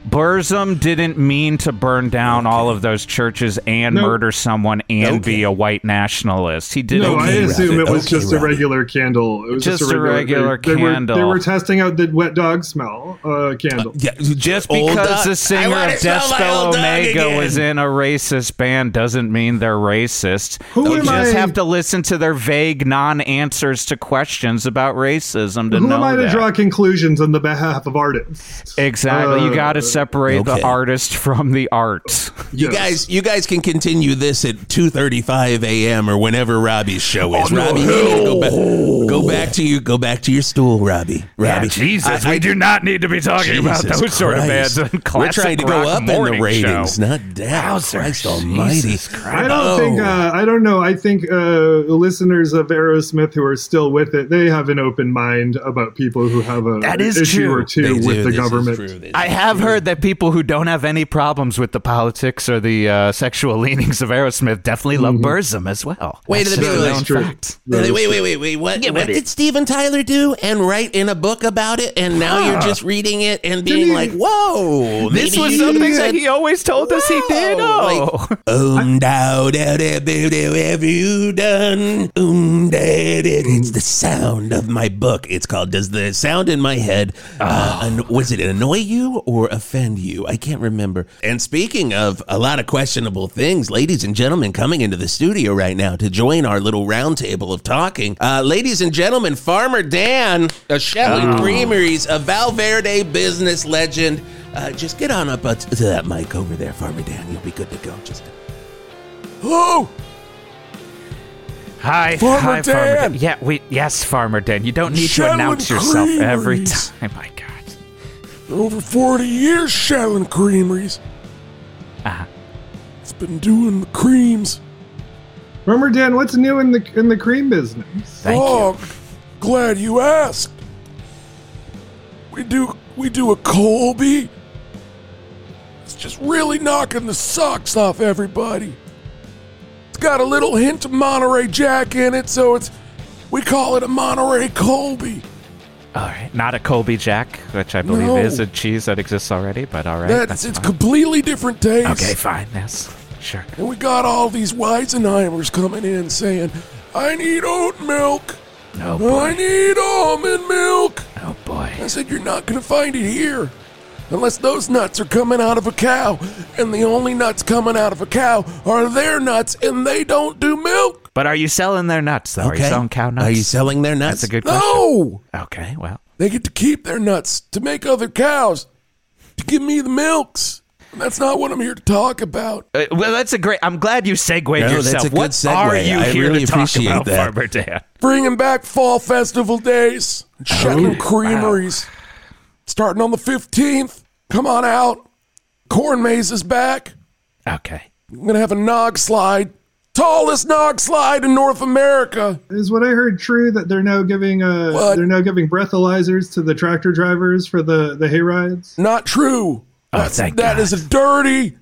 S2: Burzum didn't mean to burn down all of those churches and
S4: No.
S2: murder someone and
S1: Okay.
S2: be a white nationalist. He did
S4: No,
S2: not
S4: I
S1: Okay,
S4: assume
S1: Rabbit.
S4: it was
S1: Okay,
S4: just a
S1: Rabbit.
S4: regular candle. It was just,
S2: Just a regular
S4: they,
S2: candle.
S4: They were, they were testing out the wet dog smell uh, candle.
S1: yeah,
S2: Just
S1: old
S2: because
S1: dog-
S2: the
S1: I
S2: singer
S1: wanna
S2: of
S1: smell my
S2: Despel
S1: old dog
S2: Omega
S1: again.
S2: was in a racist band doesn't mean they're racist.
S4: Who
S2: you
S4: am
S2: just
S4: I-
S2: have to listen to their vague non-answers to questions about racism to
S4: Who
S2: know
S4: am I to
S2: that.
S4: draw conclusions on the behalf of artists?
S2: Exactly. you
S4: Uh,
S2: got to separate
S1: okay.
S2: the artist from the art.
S1: You guys, you guys can continue this at two thirty-five a.m. or whenever Robbie's show is. Robbie, you need to go back, go back to you, go back to your stool, Robbie. Robbie,
S2: Jesus, we do not need to be talking about
S1: Jesus
S2: those sort of
S1: Christ.
S2: bands in
S1: We're
S2: classic
S1: trying to go
S2: rock
S1: up in the
S2: morning
S1: ratings,
S2: show.
S1: not down.
S2: Wowzers.
S1: Christ Almighty! Oh.
S2: Jesus
S4: I don't think. Uh, I don't know. I think uh, listeners of Aerosmith who are still with it, they have an open mind about people who have a
S2: That is
S4: issue
S2: true.
S4: or two
S1: They
S4: with
S1: do.
S4: the
S1: This is true.
S4: government.
S1: This-
S2: I have heard that people who don't have any problems with the politics or the uh, sexual leanings of Aerosmith definitely love
S4: Mm-hmm.
S2: Burzum as well.
S1: Wait a
S2: That's just
S1: minute.
S2: known
S1: That's
S4: true.
S2: fact.
S1: Wait, wait, wait, wait, wait. What, what did Steven Tyler do and write in a book about it? And now you're just reading it and being
S4: Ah. he-
S1: like, whoa.
S2: This
S1: maybe
S2: was
S1: you
S2: something
S1: said-
S2: that he always told us he did.
S1: Wow.
S2: Oh.
S1: Um, da, da, da, boo, do, have you done? Um, da, da, da. It's the sound of my book. It's called Does the Sound in My Head,
S2: Ah.
S1: uh, an- was it annoy you or offend you? I can't remember. And speaking of a lot of questionable things, ladies and gentlemen, coming into the studio right now to join our little roundtable of talking, uh, ladies and gentlemen, Farmer Dan of Shelly Creameries, a Valverde business legend. Uh, just get on up uh, to that mic over there, Farmer Dan. You'll be good to go. Just. Oh,
S2: Hi,
S1: Farmer
S2: hi,
S1: Dan.
S2: Farmer Dan. Yeah, we yes, Farmer Dan. You don't need
S1: Shannon
S2: to announce yourself every
S1: Creameries.
S2: time. My God.
S1: over 40 years Shallon Creameries.
S2: Uh-huh.
S1: It's been doing the creams.
S4: Remember, Dan, what's new in the in the cream business?
S2: Thank you.
S1: glad you asked.
S8: We do we do a Colby. It's just really knocking the socks off everybody. It's got a little hint of Monterey Jack in it, so it's we call it a Monterey Colby.
S1: Oh.
S2: All right, not a Colby Jack, which I believe
S8: No.
S2: is a cheese that exists already. But all right,
S8: That's it's completely different taste.
S2: okay. Fine. Yes. Sure.
S8: And we got all these Weizenheimers coming in saying, I need oat milk.
S2: No
S8: I
S2: boy.
S8: need almond milk.
S2: Oh boy.
S8: I said, You're not going to find it here. Unless those nuts are coming out of a cow. And the only nuts coming out of a cow are their nuts, and they don't do milk.
S2: But are you selling their nuts though? Are you selling cow nuts?
S1: Are you selling their nuts?
S2: That's a good question.
S8: No!
S2: Okay. Well.
S8: They get to keep their nuts to make other cows, to give me the milks. And that's not what I'm here to talk about.
S2: Uh, well, that's a great. I'm glad you segued
S1: No, that's
S2: yourself.
S1: a good
S2: what
S1: segue.
S2: are you
S1: I
S2: here
S1: really
S2: to talk
S1: appreciate
S2: about,
S1: that.
S2: Farmer Dan?
S8: Bringing back fall festival days, Shetland Creameries. Starting on the 15th. Come on out. Corn maze is back.
S2: Okay.
S8: I'm gonna have a nog slide, tallest nog slide in North America.
S4: Is what I heard true that they're now giving uh
S8: What?
S4: they're now giving breathalyzers to the tractor drivers for the the hay rides?
S8: Not true.
S2: Oh, thank
S8: That
S2: God.
S8: is a dirty,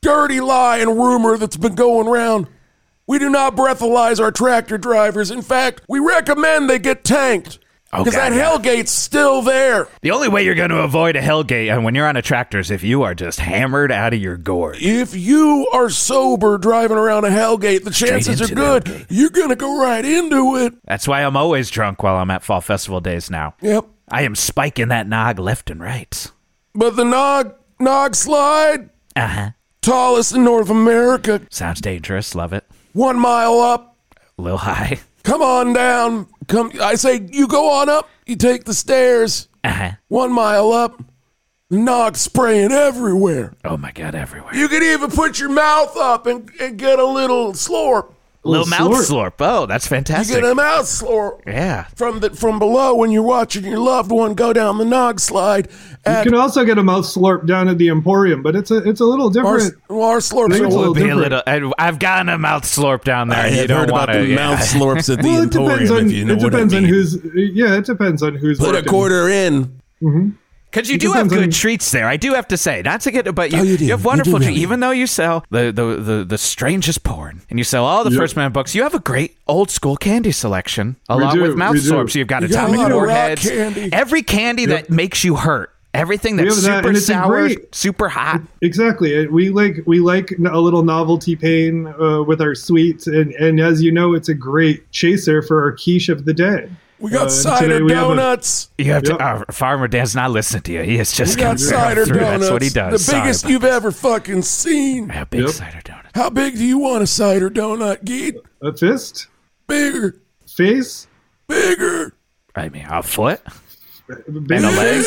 S8: dirty lie and rumor that's been going around. We do not breathalyze our tractor drivers. In fact, we recommend they get tanked because
S2: Oh, God,
S8: that
S2: yeah.
S8: hellgate's still there.
S2: The only way you're going to avoid a hellgate and when you're on a tractor is if you are just hammered out of your gourd.
S8: If you are sober driving around a hellgate, the chances are
S2: into the
S8: good
S2: hellgate.
S8: you're gonna go right into it.
S2: That's why I'm always drunk while I'm at fall festival days now.
S8: Yep.
S2: I am spiking that nog left and right.
S8: But the nog nog slide
S2: Uh huh.
S1: tallest in North America.
S2: Sounds dangerous. Love it.
S1: One mile up.
S2: A little high.
S1: Come on down. Come. I say you go on up. You take the stairs.
S2: Uh-huh.
S1: One mile up. Nog spraying everywhere.
S2: Oh my god, everywhere.
S1: You could even put your mouth up and, and get a little slurp.
S2: Little mouth slurp. Oh, that's
S1: You get
S2: fantastic.
S1: a mouth slurp
S2: Yeah.
S1: from the from below when you're watching your loved one go down the nog slide.
S4: You
S1: At
S4: can also get a mouth slurp down at the Emporium, but it's a it's a little
S1: our,
S4: different.
S1: our slurps
S4: Maybe
S1: are a
S4: it's a
S1: little
S2: Would be a
S4: different.
S2: little. I, I've gotten a mouth slurp down there.
S6: I
S2: you
S6: have
S2: don't
S6: heard
S2: want
S6: about the
S2: to.
S6: mouth slurps at the
S4: Well, it depends
S6: Emporium,
S4: on
S6: if you know
S4: it
S6: what I
S4: depends on
S6: mean.
S4: who's yeah, it depends on who's
S6: Put a
S4: working.
S6: quarter in.
S2: Because you do have
S4: depends
S2: good
S4: on-
S2: treats there. I do have to say, not to get, but you,
S6: Oh, you do.
S2: have
S6: You
S2: wonderful.
S6: do
S2: treats.
S6: really.
S2: Even though you sell the the the, the strangest porn and you sell all the First Man books, you have a great old school candy selection along
S4: do,
S2: with mouth
S4: we do.
S2: slurps. You've got
S1: You got a
S2: atomic
S1: lot of rock
S2: warheads,
S1: candy.
S2: every candy that makes you hurt, everything
S4: We
S2: that's
S4: have that,
S2: super
S4: and it's a
S2: sour,
S4: great-
S2: super hot.
S4: Exactly. It- We like we like n- a little novelty pain uh, with our sweets, and and as you know, it's a great chaser for our quiche of the day.
S1: We got
S4: Uh,
S1: cider
S4: today we have a-
S1: donuts.
S2: You have
S4: Yep.
S2: to. Uh, Farmer Dan's not listening to you. He is just
S1: We got
S2: gonna barrel
S1: cider
S2: through.
S1: donuts.
S2: That's what he does.
S1: The
S2: Sorry
S1: biggest
S2: about
S1: you've
S2: that.
S1: ever fucking seen.
S2: How big
S4: Yep.
S2: cider donut?
S1: How big do you want a cider donut, Geet?
S4: A fist,
S1: Bigger,
S4: face,
S1: bigger,
S2: I mean, a foot
S4: big
S2: and a leg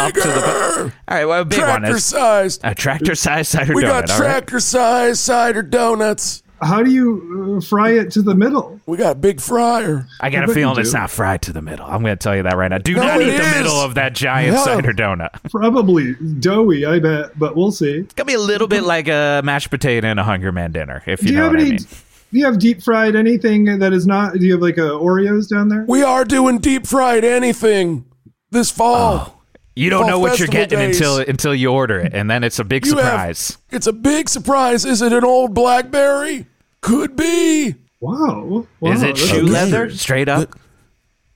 S2: up to the. bu-
S1: bigger.
S2: All right, well, a big one
S1: Tractor
S2: is
S1: sized.
S2: a tractor sized cider
S1: We
S2: donut.
S1: got
S2: all right?
S1: tractor sized cider donuts.
S4: How do you uh, fry it to the middle?
S1: We got a big fryer.
S2: I got a
S4: bet you
S2: feeling it's
S4: do.
S2: not fried to the middle. I'm going to tell you that right now. Do
S1: No,
S2: not
S1: it
S2: eat the
S1: is.
S2: middle of that giant
S1: No.
S2: cider donut. It's
S4: Probably doughy, I bet, but we'll see.
S2: going to be a little bit like a mashed potato and a Hunger Man dinner, if you
S4: Do you
S2: know
S4: have
S2: what
S4: any?
S2: I mean.
S4: Do you have deep fried anything that is not? Do you have like uh Oreos down there?
S1: We are doing deep fried anything this
S2: Oh,
S1: fall.
S2: You don't
S1: Fall
S2: know what you're
S1: festival
S2: getting
S1: days.
S2: until until you order it, and then it's a big
S1: You have-
S2: surprise.
S1: It's a big surprise. Is it an old blackberry? Could be.
S4: Wow. wow
S1: Oh,
S2: Is it
S4: that's
S2: shoe
S4: amazing.
S2: leather? Straight up?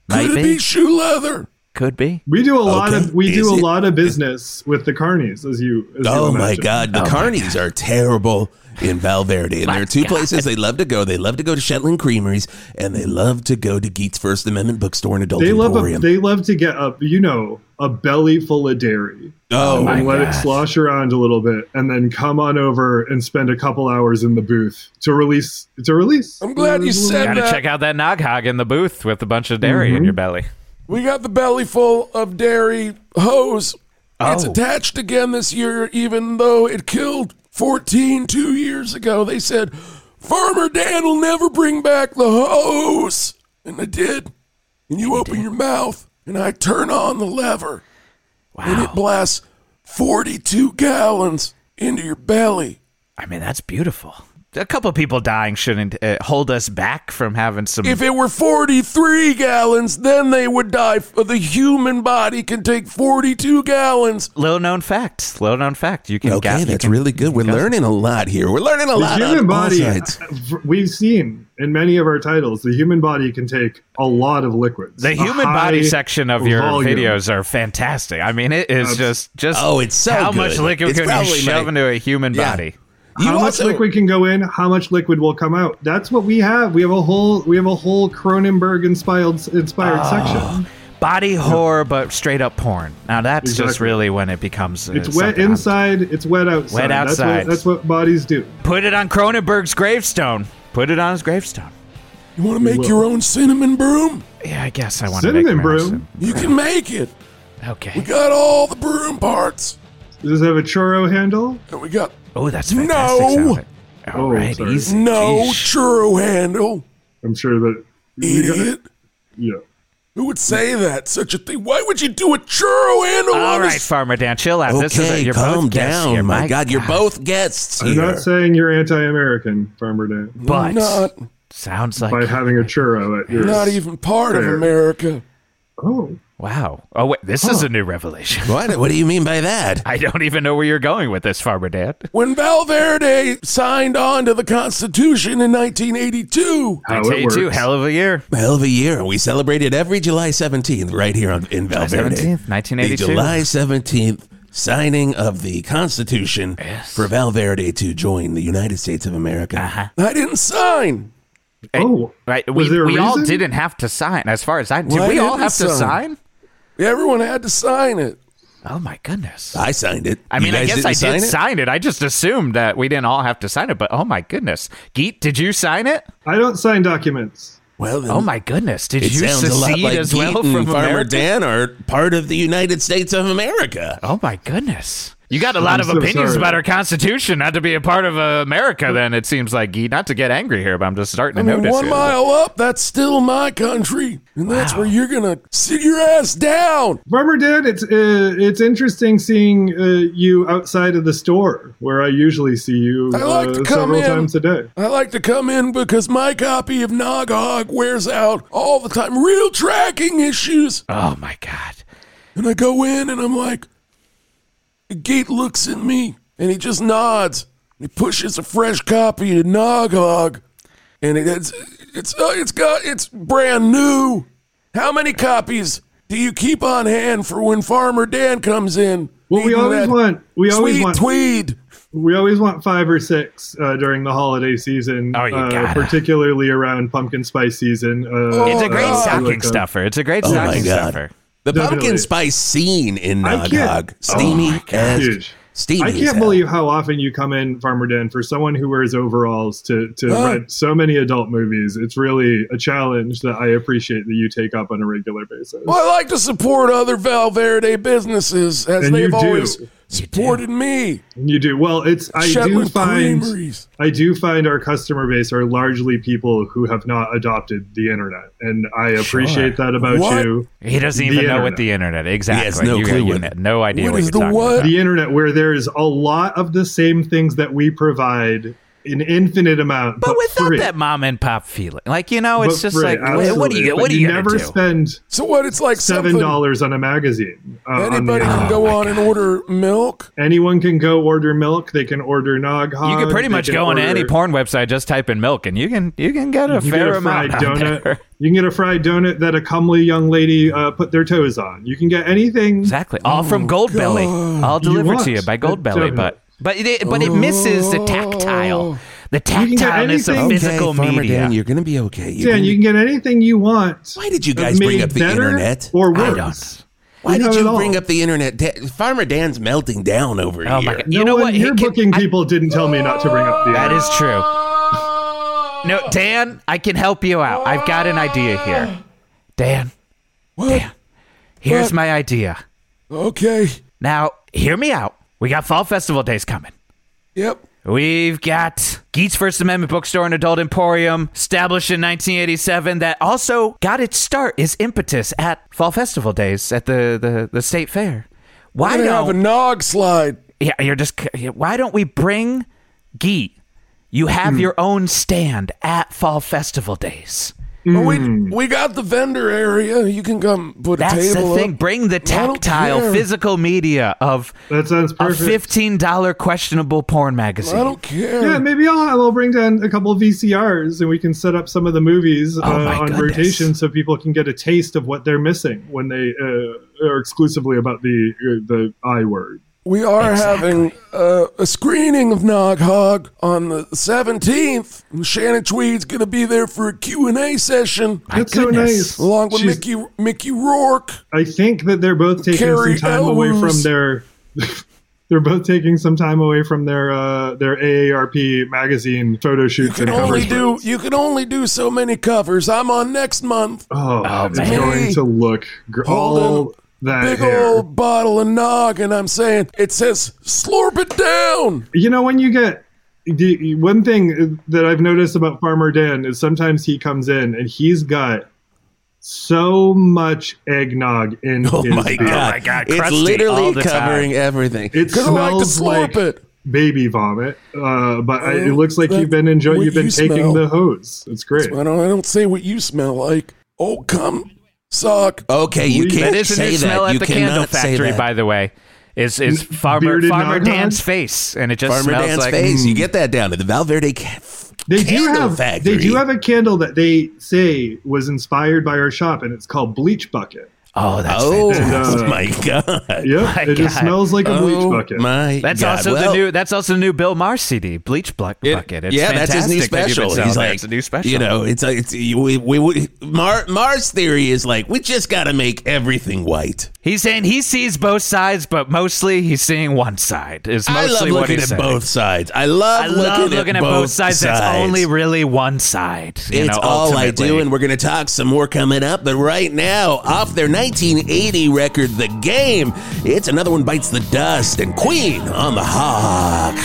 S1: Could
S2: Might
S1: it
S2: be.
S1: be shoe leather?
S2: Could be.
S4: We do a lot
S6: Okay.
S4: of we
S6: Is
S4: do a
S6: it-
S4: lot of business with the carnies, as you. As you
S6: Oh my
S4: imagine.
S6: God, the Carnies are terrible in Valverde, and there are two places they love to go. They love to go to Shetland Creameries, and they love to go to Geet's First Amendment Bookstore and Adult
S4: They love a,
S6: Emporium.
S4: they love to get up, you know, a belly full of dairy
S6: oh,
S4: and let it
S2: gosh.
S4: slosh around a little bit, and then come on over and spend a couple hours in the booth to release to release.
S1: I'm glad you said
S2: Got to
S6: uh,
S1: that.
S2: check out that Noghog in the booth with a bunch of dairy
S6: Mm-hmm.
S2: in your belly.
S1: We got the belly full of dairy hose. It's attached again this year, even though it killed 14 two years ago. They said, Farmer Dan will never bring back the hose. And I did. And you open your mouth, and I turn on the lever, and it
S2: Wow.
S1: blasts 42 gallons into your belly.
S2: I mean, that's beautiful. A couple people dying shouldn't uh, hold us back from having some.
S1: If it were 43 gallons, then they would die. The human body can take 42 gallons.
S2: Little known fact. Little known fact. You can.
S6: okay,
S2: gas- you
S6: that's
S2: can-
S6: really good. We're learning a lot here. We're learning a
S4: The
S6: lot
S4: human
S6: on all
S4: body,
S6: sides.
S4: we've seen in many of our titles, the human body can take a lot of liquids.
S2: The
S4: A
S2: human body
S4: high
S2: section of your
S4: volume.
S2: videos are fantastic. I mean, it is just just
S6: Oh, it's so
S2: how much
S6: good.
S2: liquid
S6: It's
S2: can you
S6: probably
S2: shove
S6: my-
S2: into a human
S6: Yeah.
S2: body?
S6: You
S4: how
S6: also-
S4: much liquid can go in how much liquid will come out that's what we have we have a whole we have a whole cronenberg inspired inspired
S6: Ah,
S4: section
S2: Body horror, but straight up porn. Now that's just
S4: Exactly.
S2: really when it becomes. uh,
S4: it's wet
S2: something I'm-
S4: inside it's wet outside
S2: Wet
S4: That's what-
S2: outside.
S4: that's what, bodies do
S2: Put it on Cronenberg's gravestone. Put it on his gravestone.
S1: You want to make your own cinnamon broom?
S2: Yeah, I guess I want to make
S4: cinnamon
S2: my own
S4: broom
S1: You can make it.
S2: cin- Okay.
S1: We got all the broom parts.
S4: does it have a churro handle
S1: And we got
S2: oh, that's fantastic.
S1: No.
S2: sounding. All
S4: Oh,
S2: right,
S4: sorry.
S2: easy.
S1: no
S2: Jeez.
S1: churro handle.
S4: i'm sure that
S1: Idiot.
S4: yeah
S1: Who would say that? Such a thing. Why would you do a churro handle
S2: All
S1: on
S2: right,
S1: this?
S2: Farmer Dan, chill out. this is
S6: Okay,
S2: a, you're
S6: calm
S2: both guests
S6: down.
S2: Here. Ah,
S6: My God, you're both guests
S4: i'm
S6: here.
S4: not saying you're anti-american farmer dan
S2: But
S1: Not,
S2: sounds like
S4: by having a churro at your
S1: not even part of
S4: Fair.
S1: America.
S4: oh
S2: wow. Oh wait, this is a new revelation.
S6: What? What do you mean by that?
S2: I don't even know where you're going with this, Farmer Dan.
S1: When Valverde signed on to the Constitution in 1982,
S4: how
S2: I tell
S4: it
S2: you
S4: works
S2: too, hell of a year.
S6: Hell of a year. We celebrate it every July 17th right here on, in Valverde.
S2: 17th, 1982.
S6: The July 17th signing of the Constitution for Valverde to join the United States of America.
S2: Uh-huh.
S1: I didn't sign.
S4: oh
S2: Eh, Right,
S4: Was
S2: we,
S4: there a
S2: we all
S4: reason?
S2: didn't have to sign, as far as I did.
S1: Why
S2: we all
S1: didn't
S2: have to
S1: sign?
S2: sign?
S1: Everyone had to sign it.
S2: Oh my goodness.
S7: I signed it.
S2: I
S7: You
S2: mean, I
S7: guys
S2: guess
S7: didn't
S2: I did sign
S7: sign
S2: it?
S7: it?
S2: I just assumed that we didn't all have to sign it, but oh my goodness. Geet, did you sign it?
S4: I don't sign documents.
S7: well, then
S2: Oh my goodness. Did
S7: It
S2: you
S7: sounds a lot
S2: secede
S7: like
S2: as well
S7: Geet and
S2: from
S7: Farmer
S2: America?
S7: Dan are part of the United States of America.
S2: Oh my goodness. You got a lot
S4: I'm
S2: of
S4: so
S2: opinions
S4: sorry.
S2: about our Constitution, not to be a part of uh, America, then, it seems like, Geet. Not to get angry here, but I'm just starting to
S1: I mean,
S2: notice.
S1: one
S2: it.
S1: mile up, that's still my country. And that's where you're going to sit your ass down.
S4: Farmer Dan, it's uh, it's interesting seeing uh, you outside of the store where I usually see you
S1: I like
S4: uh,
S1: to come
S4: several
S1: in.
S4: times a day.
S1: I like to come in because my copy of Noghog wears out all the time. Real tracking issues.
S2: Oh my God.
S1: And I go in and I'm like, Gate looks at me and he just nods. He pushes a fresh copy of Noghog, and it- it's it's uh, it's got it's brand new. How many copies do you keep on hand for when Farmer Dan comes in?
S4: Well, we
S1: needing
S4: always
S1: that
S4: want we always
S1: sweet
S4: want
S1: tweed.
S4: we always want five or six uh, during the holiday season,
S2: Oh, you
S4: uh,
S2: gotta.
S4: particularly around pumpkin spice season. Uh,
S1: Oh,
S2: It's a
S7: Oh,
S2: great
S4: uh,
S2: stocking
S4: like, uh,
S2: stuffer. It's a great
S7: my
S2: stocking
S7: God.
S2: stuffer.
S7: The pumpkin
S4: Definitely.
S7: spice scene in
S4: I can't- Oh,
S7: Noghog. Steamy as
S4: Huge.
S7: steamy.
S4: I
S7: as
S4: can't
S7: hell.
S4: believe how often you come in, Farmer Dan, for someone who wears overalls to to
S1: Oh.
S4: rent so many adult movies. It's really a challenge that I appreciate that you take up on a regular basis.
S1: Well, I like to support other Valverde businesses as
S4: And you
S1: they've
S4: do.
S1: always
S4: You
S1: supported me.
S4: You do well. It's I do
S1: Shetland
S4: find
S1: Creameries.
S4: I do find our customer base are largely people who have not adopted the internet, and I appreciate that about
S1: What?
S4: you.
S2: He doesn't
S4: The
S2: even know
S4: internet.
S2: what the internet exactly.
S7: no
S2: you,
S7: clue
S2: you
S7: what-
S2: kn- no idea
S1: what
S2: what,
S1: is
S2: you're
S1: the
S2: talking
S1: what?
S2: about.
S4: the internet where there's a lot of the same things that we provide an infinite amount
S2: But without
S4: free.
S2: that mom and pop feeling, like you know, it's
S4: But
S2: just
S4: free,
S2: like what, what do
S4: absolutely.
S2: you what
S4: But
S2: do you
S4: never
S2: gonna do?
S4: spend
S1: So what? It's like
S4: seven
S1: something-
S4: dollars on a magazine uh, on the
S1: Anybody
S4: internet.
S1: can go
S7: Oh
S1: on and order milk.
S4: anyone can go order milk they can order nog hog
S2: you can pretty
S4: they
S2: much
S4: can
S2: go on any
S4: order-
S2: porn website, just type in milk, and you can you can get a
S4: you
S2: fair
S4: get a fried
S2: amount. out
S4: donut.
S2: there.
S4: You can get a fried donut that a comely young lady uh, put their toes on. You can get anything.
S2: Exactly, all from Gold Belly, all delivered
S4: want
S2: to you by
S4: a
S2: Gold Belly,
S4: donut. Oh.
S2: but but it, but it misses the tactile, the
S4: can get
S2: tactileness
S4: anything-
S2: of
S4: Okay,
S2: physical
S7: Farmer
S2: media.
S7: Dan, you're gonna be okay. You're
S4: Dan,
S7: gonna-
S4: you can get anything you want.
S7: Why did you guys
S4: made
S7: bring up the
S4: better
S7: internet?
S4: Or
S2: I
S4: worse.
S2: don't.
S7: Why
S4: Not
S7: did
S4: at
S7: you
S4: all.
S7: bring up the internet? Da- Farmer Dan's melting down over
S2: Oh
S7: here.
S2: my god!
S4: No
S2: you know
S4: one-
S2: what? Hey,
S4: Your
S2: can-
S4: booking
S2: I-
S4: people didn't tell me not to bring up the internet.
S2: That is true. No, Dan, I can help you out. I've got an idea here. Dan, Dan, here's my idea.
S1: Okay.
S2: Now, hear me out. We got Fall Festival days coming.
S1: Yep.
S2: We've got Geet's First Amendment Bookstore and Adult Emporium, established in 1987, that also got its start is impetus at Fall Festival days at the, the, the state fair. Why
S1: I
S2: don't
S1: have a nog slide.
S2: yeah, you're just. c- Why don't we bring Gee? You have your own stand at Fall Festival Days.
S1: But We we got the vendor area. You can come put a
S2: That's
S1: table
S2: the thing.
S1: up.
S2: Bring the
S1: don't care.
S2: tactile, physical media of
S4: That sounds
S2: a
S4: perfect.
S2: fifteen dollar questionable porn magazine.
S1: I don't care.
S2: Hmm.
S4: Yeah, maybe I'll, I'll bring down a couple of VCRs and we can set up some of the movies uh,
S2: Oh my
S4: on
S2: goodness.
S4: rotation so people can get a taste of what they're missing when they uh, are exclusively about the uh, the I word.
S1: we are having uh, a screening of Nog Hog on the 17th. And Shannon Tweed's going to be there for a Q&A session
S4: That's
S2: goodness.
S4: so nice.
S1: along with
S4: She's-
S1: Mickey Mickey Rourke.
S4: I think that they're both taking
S1: Carrie
S4: some time away from
S1: Elwes.
S4: their. they're both taking some time away from their uh, their AARP magazine photo shoots
S1: You can
S4: and
S1: only
S4: coverage.
S1: do you can only do so many covers. I'm on next month.
S4: oh, it's
S1: man.
S4: going to look gr- all
S1: Holding
S4: that
S1: Big
S4: hair.
S1: old bottle of Nog and I'm saying it says slurp it down.
S4: you know when you get the one thing that i've noticed about farmer dan is sometimes he comes in and he's got so much eggnog in
S7: Oh
S4: his
S7: my
S4: beer.
S7: god!
S2: God,
S7: it's
S2: crusty all
S7: literally
S2: the time.
S7: covering everything.
S4: it
S1: Cuz I like to
S4: smells like
S1: slurp it.
S4: baby vomit uh, but I, it
S1: Oh,
S4: looks like
S1: that-
S4: you've been enjoying
S1: what
S4: you've been
S1: you
S4: taking
S1: smell.
S4: the hose it's great
S1: I don't I don't say what you smell like. Oh come suck.
S7: Okay, you
S4: That
S7: can't
S2: That is a
S7: say
S2: new
S7: that.
S2: smell
S7: you
S2: at the Candle
S7: cannot say
S2: Factory,
S7: that.
S2: by the way. Is is Farmer
S4: bearded
S2: Farmer
S4: knock-on?
S2: Dan's face, and it just
S7: Farmer
S2: smells
S7: Dan's
S2: like hmm.
S7: face. You get that down to the Valverde. Ca-
S4: they do
S7: Candle
S4: have
S7: Factory.
S4: they do have a candle that they say was inspired by our shop and it's called bleach bucket
S2: Oh, that's
S7: Oh
S4: fantastic.
S7: my god.
S4: Yep,
S2: My
S4: it just
S2: God.
S4: smells like a bleach
S7: Oh
S4: bucket.
S7: my
S2: That's
S7: God.
S2: also
S7: Well,
S2: the new. That's also the new Bill Maher CD, Bleach Black
S7: it-
S2: Bucket. It's
S7: yeah, that's his new
S2: fantastic that you've been
S7: special.
S2: selling
S7: He's
S2: that.
S7: like,
S2: it's a new special.
S7: You know, it's like it's we we, we Mar, Mars theory is like we just got to make everything white.
S2: he's saying he sees both sides, but mostly he's seeing one side. Is
S7: I
S2: mostly what
S7: love looking
S2: he's
S7: at
S2: saying.
S7: both sides. I love,
S2: I love looking, at, both sides. That's only
S7: sides.
S2: really one side. you
S7: it's
S2: know,
S7: all I do,
S2: ultimately.
S7: and we're going to talk some more coming up. But right now, off their 1980 record, The Game, it's another one bites the dust, and Queen on the Hawk.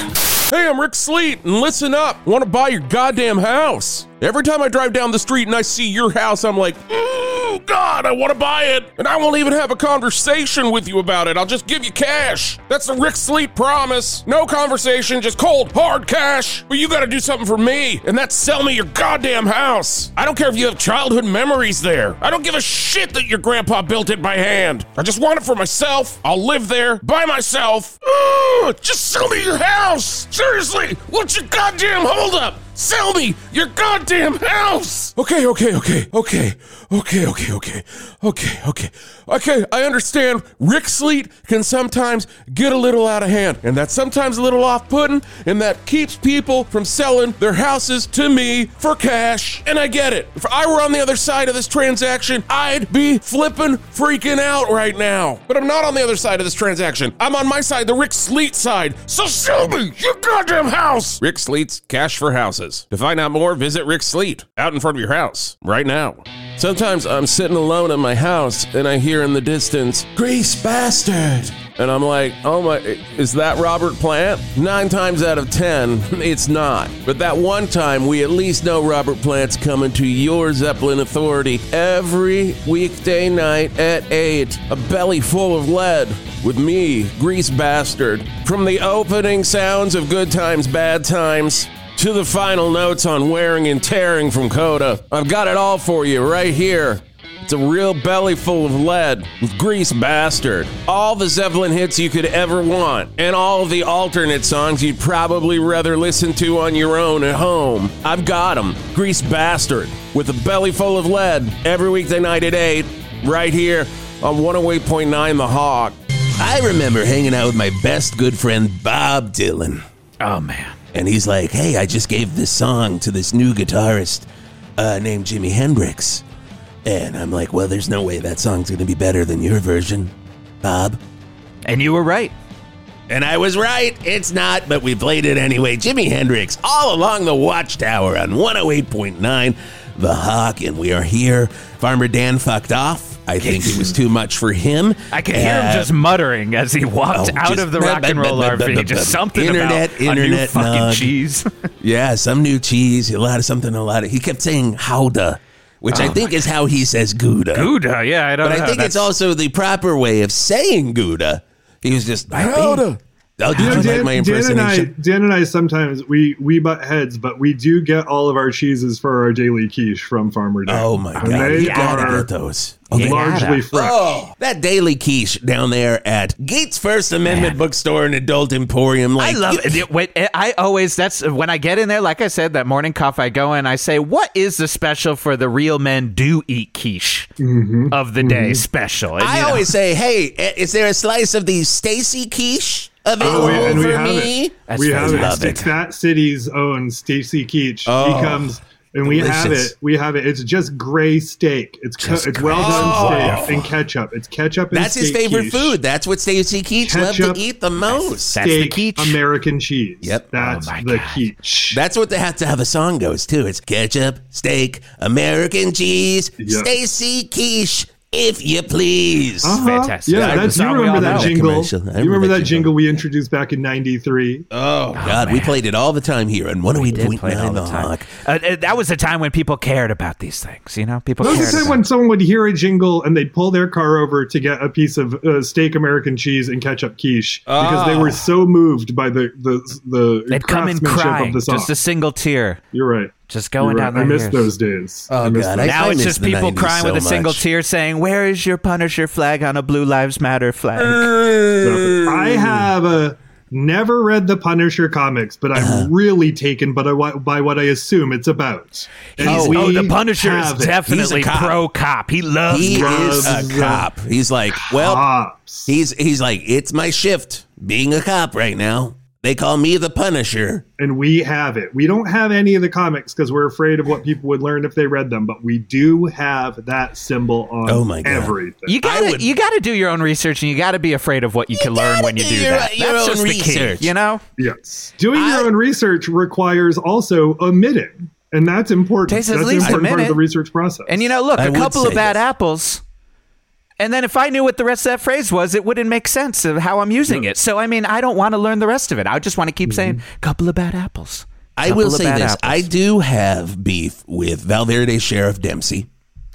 S1: Hey, I'm Rick Sleet, and listen up. Want to buy your goddamn house? Every time I drive down the street and I see your house, I'm like, ooh, God, I want to buy it. And I won't even have a conversation with you about it. I'll just give you cash. That's the Rick Sleet promise. No conversation, just cold, hard cash. But you got to do something for me, and that's sell me your goddamn house. I don't care if you have childhood memories there. I don't give a shit that your grandpa built it by hand. I just want it for myself. I'll live there by myself. Ooh, just sell me your house. Seriously, what's your goddamn holdup? Sell me your goddamn house. Okay, okay, okay, okay, okay, okay, okay, okay, okay, okay. I understand. Rick Sleet can sometimes get a little out of hand, and that's sometimes a little off-putting, and that keeps people from selling their houses to me for cash. And I get it. If I were on the other side of this transaction, I'd be flipping freaking out right now. But I'm not on the other side of this transaction. I'm on my side, the Rick Sleet side. So sell me your goddamn house. Rick Sleet's Cash for Houses. To find out more, visit Rick Sleet out in front of your house right now. Sometimes I'm sitting alone at my house and I hear in the distance, Grease bastard. And I'm like, oh my, is that Robert Plant? Nine times out of ten, it's not. But that one time, we at least know Robert Plant's coming to your Zeppelin Authority every weekday night at 8. A belly full of lead with me, Grease Bastard. From the opening sounds of Good Times, Bad Times to the final notes on Wearing and Tearing from Coda, I've got it all for you right here. It's a real belly full of lead with Grease Bastard. All the Zeppelin hits you could ever want, and all of the alternate songs you'd probably rather listen to on your own at home. I've got 'em. Grease Bastard with a belly full of lead every weekday night at 8, right here on 108.9 The Hawk.
S7: I remember hanging out with my best good friend Bob Dylan,
S2: Oh man,
S7: and he's like, "Hey, I just gave this song to this new guitarist uh, named Jimi Hendrix," and I'm like, "Well, there's no way that song's gonna be better than your version, Bob."
S2: and you were right.
S7: And I was right, it's not, but we played it anyway. Jimi Hendrix, all along the Watchtower on 108.9, The Hawk, and we are here. Farmer Dan fucked off. I think it was too much for him.
S2: I could hear
S7: Uh,
S2: him just muttering as he walked
S7: oh,
S2: out
S7: just
S2: of the
S7: blah,
S2: rock and
S7: blah,
S2: roll
S7: blah, blah, blah,
S2: RV.
S7: blah.
S2: Just something
S7: Internet,
S2: about a new
S7: internet
S2: fucking
S7: nog.
S2: cheese.
S7: Yeah, some new cheese, a lot of something, a lot of. He kept saying howda, which I think is how he says gouda.
S2: Oh Gouda, uh, yeah, I don't
S7: but
S2: know.
S7: I think it's
S2: That's-
S7: also the proper way of saying gouda. He was just I think-
S1: Howda.
S7: Oh, did
S4: You
S7: you
S4: know, Dan, Dan
S7: like my
S4: and I,
S7: impersonation?
S4: Dan and I sometimes we we butt heads, but we do get all of our cheeses for our daily quiche from Farmer Dan.
S7: oh my
S4: And
S7: god,
S4: they
S7: you gotta
S4: are
S7: get those. Oh, they-
S4: largely fresh.
S7: Oh, that daily quiche down there at Gates First Amendment Bookstore and Adult Emporium.
S2: I
S7: Like,
S2: love
S7: you-
S2: it. it. when- eh, I always that's when I get in there. Like I said, that morning coffee, I go in. I say, "What is the special for the real men do eat quiche
S4: Mm-hmm.
S2: of the day special?" And,
S7: I
S2: you know,
S7: always say, "Hey, i- is there a slice of the Stacy quiche available
S4: Oh, we- and we
S7: for
S4: have
S7: me?"
S4: it.
S2: That's
S4: we have
S7: fantastic.
S4: it.
S7: Love
S4: It's
S7: it.
S4: that city's own Stacy Keach.
S7: Oh,
S4: he comes and we have
S7: delicious.
S4: it. We have it. It's just gray steak. It's co-
S7: Just
S4: it's well
S7: gray.
S4: done
S7: Oh.
S4: steak and ketchup. It's ketchup. And
S7: That's his
S4: steak
S7: favorite
S4: quiche.
S7: food. That's what Stacy Keach loved to
S4: Ketchup.
S7: eat the most.
S2: That's the
S4: Steak,
S2: quiche.
S4: American cheese.
S7: Yep.
S4: That's
S2: Oh my
S4: the
S2: God.
S4: quiche.
S7: That's what they have to how the song goes too. It's ketchup, steak, American cheese,
S4: Yeah.
S7: Stacy quiche, if you please.
S4: Uh-huh.
S2: fantastic.
S4: Yeah,
S2: That's
S4: that's,
S2: the
S4: you
S2: song we
S4: remember
S2: all
S4: that
S2: know.
S4: jingle.
S7: Commercial. I
S4: You
S7: remember
S4: remember
S7: that
S4: that jingle we introduced back in '93.
S7: Oh God, we played it all the time here on one oh eight point nine the Hawk.
S2: Uh, uh, that was a time when people cared about these things. You know, people.
S4: Those
S2: cared
S4: are the
S2: about
S4: time when someone would hear a jingle and they'd pull their car over to get a piece of uh, steak American cheese and ketchup quiche because they were so moved by the the the
S2: They'd come in
S4: craftsmanship
S2: crying,
S4: of the song.
S2: just a single tear,
S4: You're right.
S2: just
S4: You're
S2: going
S4: right.
S2: down their
S4: I miss
S2: ears.
S4: those days.
S1: Uh.
S7: Oh
S4: I miss
S7: God,
S4: those.
S7: I,
S2: Now
S7: I
S2: it's
S7: miss
S2: just
S7: the
S2: people
S7: 90s
S2: crying
S7: so
S2: with a single
S7: much.
S2: tear saying, Where is your Punisher flag on a Blue Lives Matter flag?
S4: I have a Never read the Punisher comics, but I'm really taken by, what- by what I assume it's about. And
S1: He's-
S4: we
S2: oh, the Punisher is
S4: have it.
S2: definitely
S1: cop.
S2: pro cop. Uh, He loves
S1: He is
S4: Drugs.
S1: a cop. He's like,
S7: Ah.
S1: well,
S4: Cops.
S1: he's he's like, it's my shift being a cop right now. They call me the Punisher.
S4: and we have it. We don't have any of the comics because we're afraid of what people would learn if they read them, but we do have that symbol on
S1: Oh my God.
S4: everything.
S2: You gotta
S1: would-
S2: you gotta do your own research and you gotta be afraid of what you, can learn
S1: gotta
S2: when you
S1: do
S2: do
S1: your-
S2: that.
S1: your
S2: That's
S1: own
S2: just
S1: research.
S2: the key, you know.
S4: yes. Doing
S1: I-
S4: your own research requires also omitting, and that's important.
S2: Takes at
S4: that's an
S2: least a
S4: important part of
S2: minute.
S4: the research process.
S2: And you know, look,
S1: I
S2: a
S1: would
S2: couple
S1: say
S2: of bad
S1: this.
S2: apples. And then if I knew what the rest of that phrase was, it wouldn't make sense of how I'm using it. So I mean, I don't want to learn the rest of it. I just want to keep saying couple of bad apples.
S1: Mm-hmm. I
S2: Couple
S1: will
S2: of
S1: say
S2: bad
S1: this:
S2: apples.
S1: I do have beef with Valverde Sheriff Dempsey.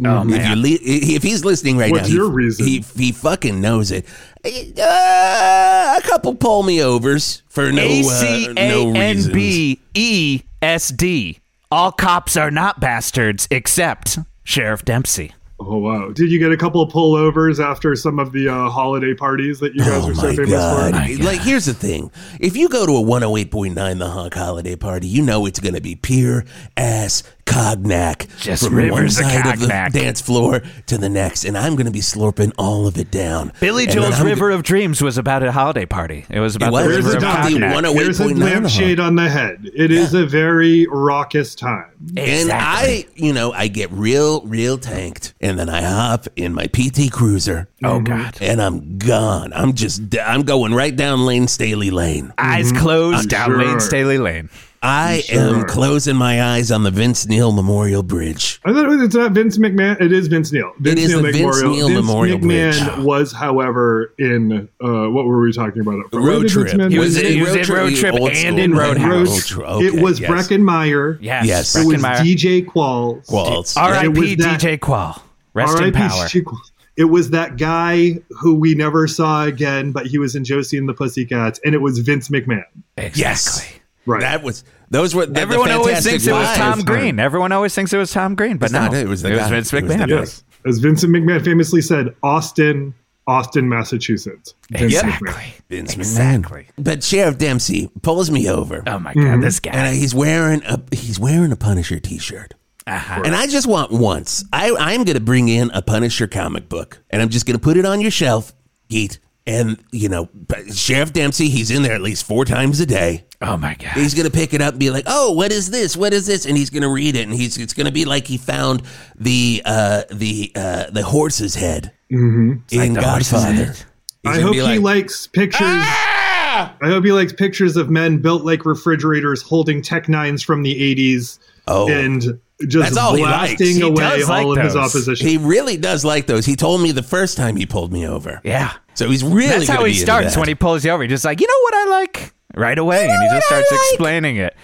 S2: Oh,
S1: if, you
S2: man.
S1: le- if he's listening right
S4: What's
S1: now,
S4: your
S1: he,
S4: reason?
S1: He, he fucking knows it. Eh, Uh, a couple pull me overs for no
S2: A
S1: uh,
S2: C
S1: no
S2: A N
S1: reason.
S2: B E S D. All cops are not bastards except Sheriff Dempsey.
S4: oh wow! Did you get a couple of pullovers after some of the uh, holiday parties that you
S1: Oh
S4: guys are so famous for?
S1: Like, here's the thing: if you go to a 108.9 The Honk holiday party, you know it's going to be pure ass cognac
S2: Just
S1: from one
S2: rivers of
S1: side of, the
S2: cognac.
S1: dance floor to the next, and I'm going to be slurping all of it down.
S2: Billy
S1: And then
S2: Joel's
S1: I'm
S2: River of Dreams was about a holiday party. It was about
S1: was.
S2: the
S1: It
S2: river
S1: was
S2: of
S1: about the
S2: cognac.
S1: one- Oh, wait,
S4: There's a
S1: point nine, huh?
S4: lampshade on the head. It is a very raucous time.
S1: And
S2: Exactly.
S1: I, you know, I get real, real tanked, and then I hop in my PT Cruiser.
S2: oh god.
S1: And I'm gone. I'm just, d- I'm going right down Lane Staley Lane.
S2: Eyes closed, down
S4: sure.
S2: Lane Staley Lane.
S1: I am closing my eyes on the Vince Neil Memorial Bridge.
S4: I thought it was- it's not Vince McMahon. It is Vince Neil. Vince
S1: is the Vince Neil
S4: Vince
S1: Memorial
S4: McMahon
S1: Bridge.
S4: was, however, in uh, what were we talking about? It for? Where
S1: Road
S4: did Vince
S1: trip.
S4: Man-
S2: He
S4: Road
S2: was in-
S4: Trip?
S2: he was in Road Trip
S1: old
S2: and
S1: school, man.
S2: in Roadhouse.
S1: Road Trip. Okay,
S4: it was
S1: yes.
S4: Breckenmeyer.
S2: Yes.
S1: Yes.
S4: It was
S2: Breckenmeyer.
S4: DJ Qualls.
S1: Walls.
S4: It was
S2: R.I.P.
S4: that-
S2: DJ Qual. Rest in
S4: R.I.P.
S2: power.
S4: DJ Qualls. It was that guy who we never saw again, but he was in Josie and the Pussycats, and it was Vince McMahon.
S2: Exactly.
S1: Yes.
S4: Right.
S1: That was, those were, the,
S2: Everyone
S1: the
S2: always
S1: Fantastic
S2: thinks it was
S1: Five.
S2: Tom Green. Everyone always thinks it was Tom Green, but
S1: It's
S2: no,
S1: not. It was the guy.
S2: Vince
S1: It was the
S2: McMahon.
S1: guy.
S4: yes. As Vincent McMahon famously said, Austin, Austin, Massachusetts. Vince McMahon.
S2: Exactly.
S1: Vince McMahon.
S2: Exactly.
S1: But Sheriff Dempsey pulls me over.
S2: Oh my god, this
S1: and
S2: guy.
S1: I- he's wearing a he's wearing a Punisher T-shirt. And I just want once. I I'm gonna bring in a Punisher comic book, and I'm just gonna put it on your shelf, Geet. And you know, but Sheriff Dempsey, he's in there at least four times a day.
S2: oh my god.
S1: He's gonna pick it up and be like, "Oh, what is this? What is this?" And he's gonna read it, and he's it's gonna be like he found the uh, the uh, the horse's head in
S2: the horse's
S1: Godfather.
S2: head.
S1: He's
S4: Mm-hmm. I
S1: gonna
S4: hope
S1: be
S4: he
S1: like-
S4: likes pictures. I hope he likes pictures of men built like refrigerators holding Tech Nines from the 80s
S1: Oh.
S4: and just
S1: That's all he likes.
S4: blasting
S1: He
S4: away
S2: does
S4: all
S2: like
S4: of his
S2: those.
S4: opposition.
S1: He really does like those. He told me the first time he pulled me over.
S2: yeah.
S1: So he's really
S2: That's
S1: gonna
S2: how he
S1: be into
S2: starts
S1: that.
S2: when he pulls you over. He's just like, you know what I like? Right away. and he just starts explaining it.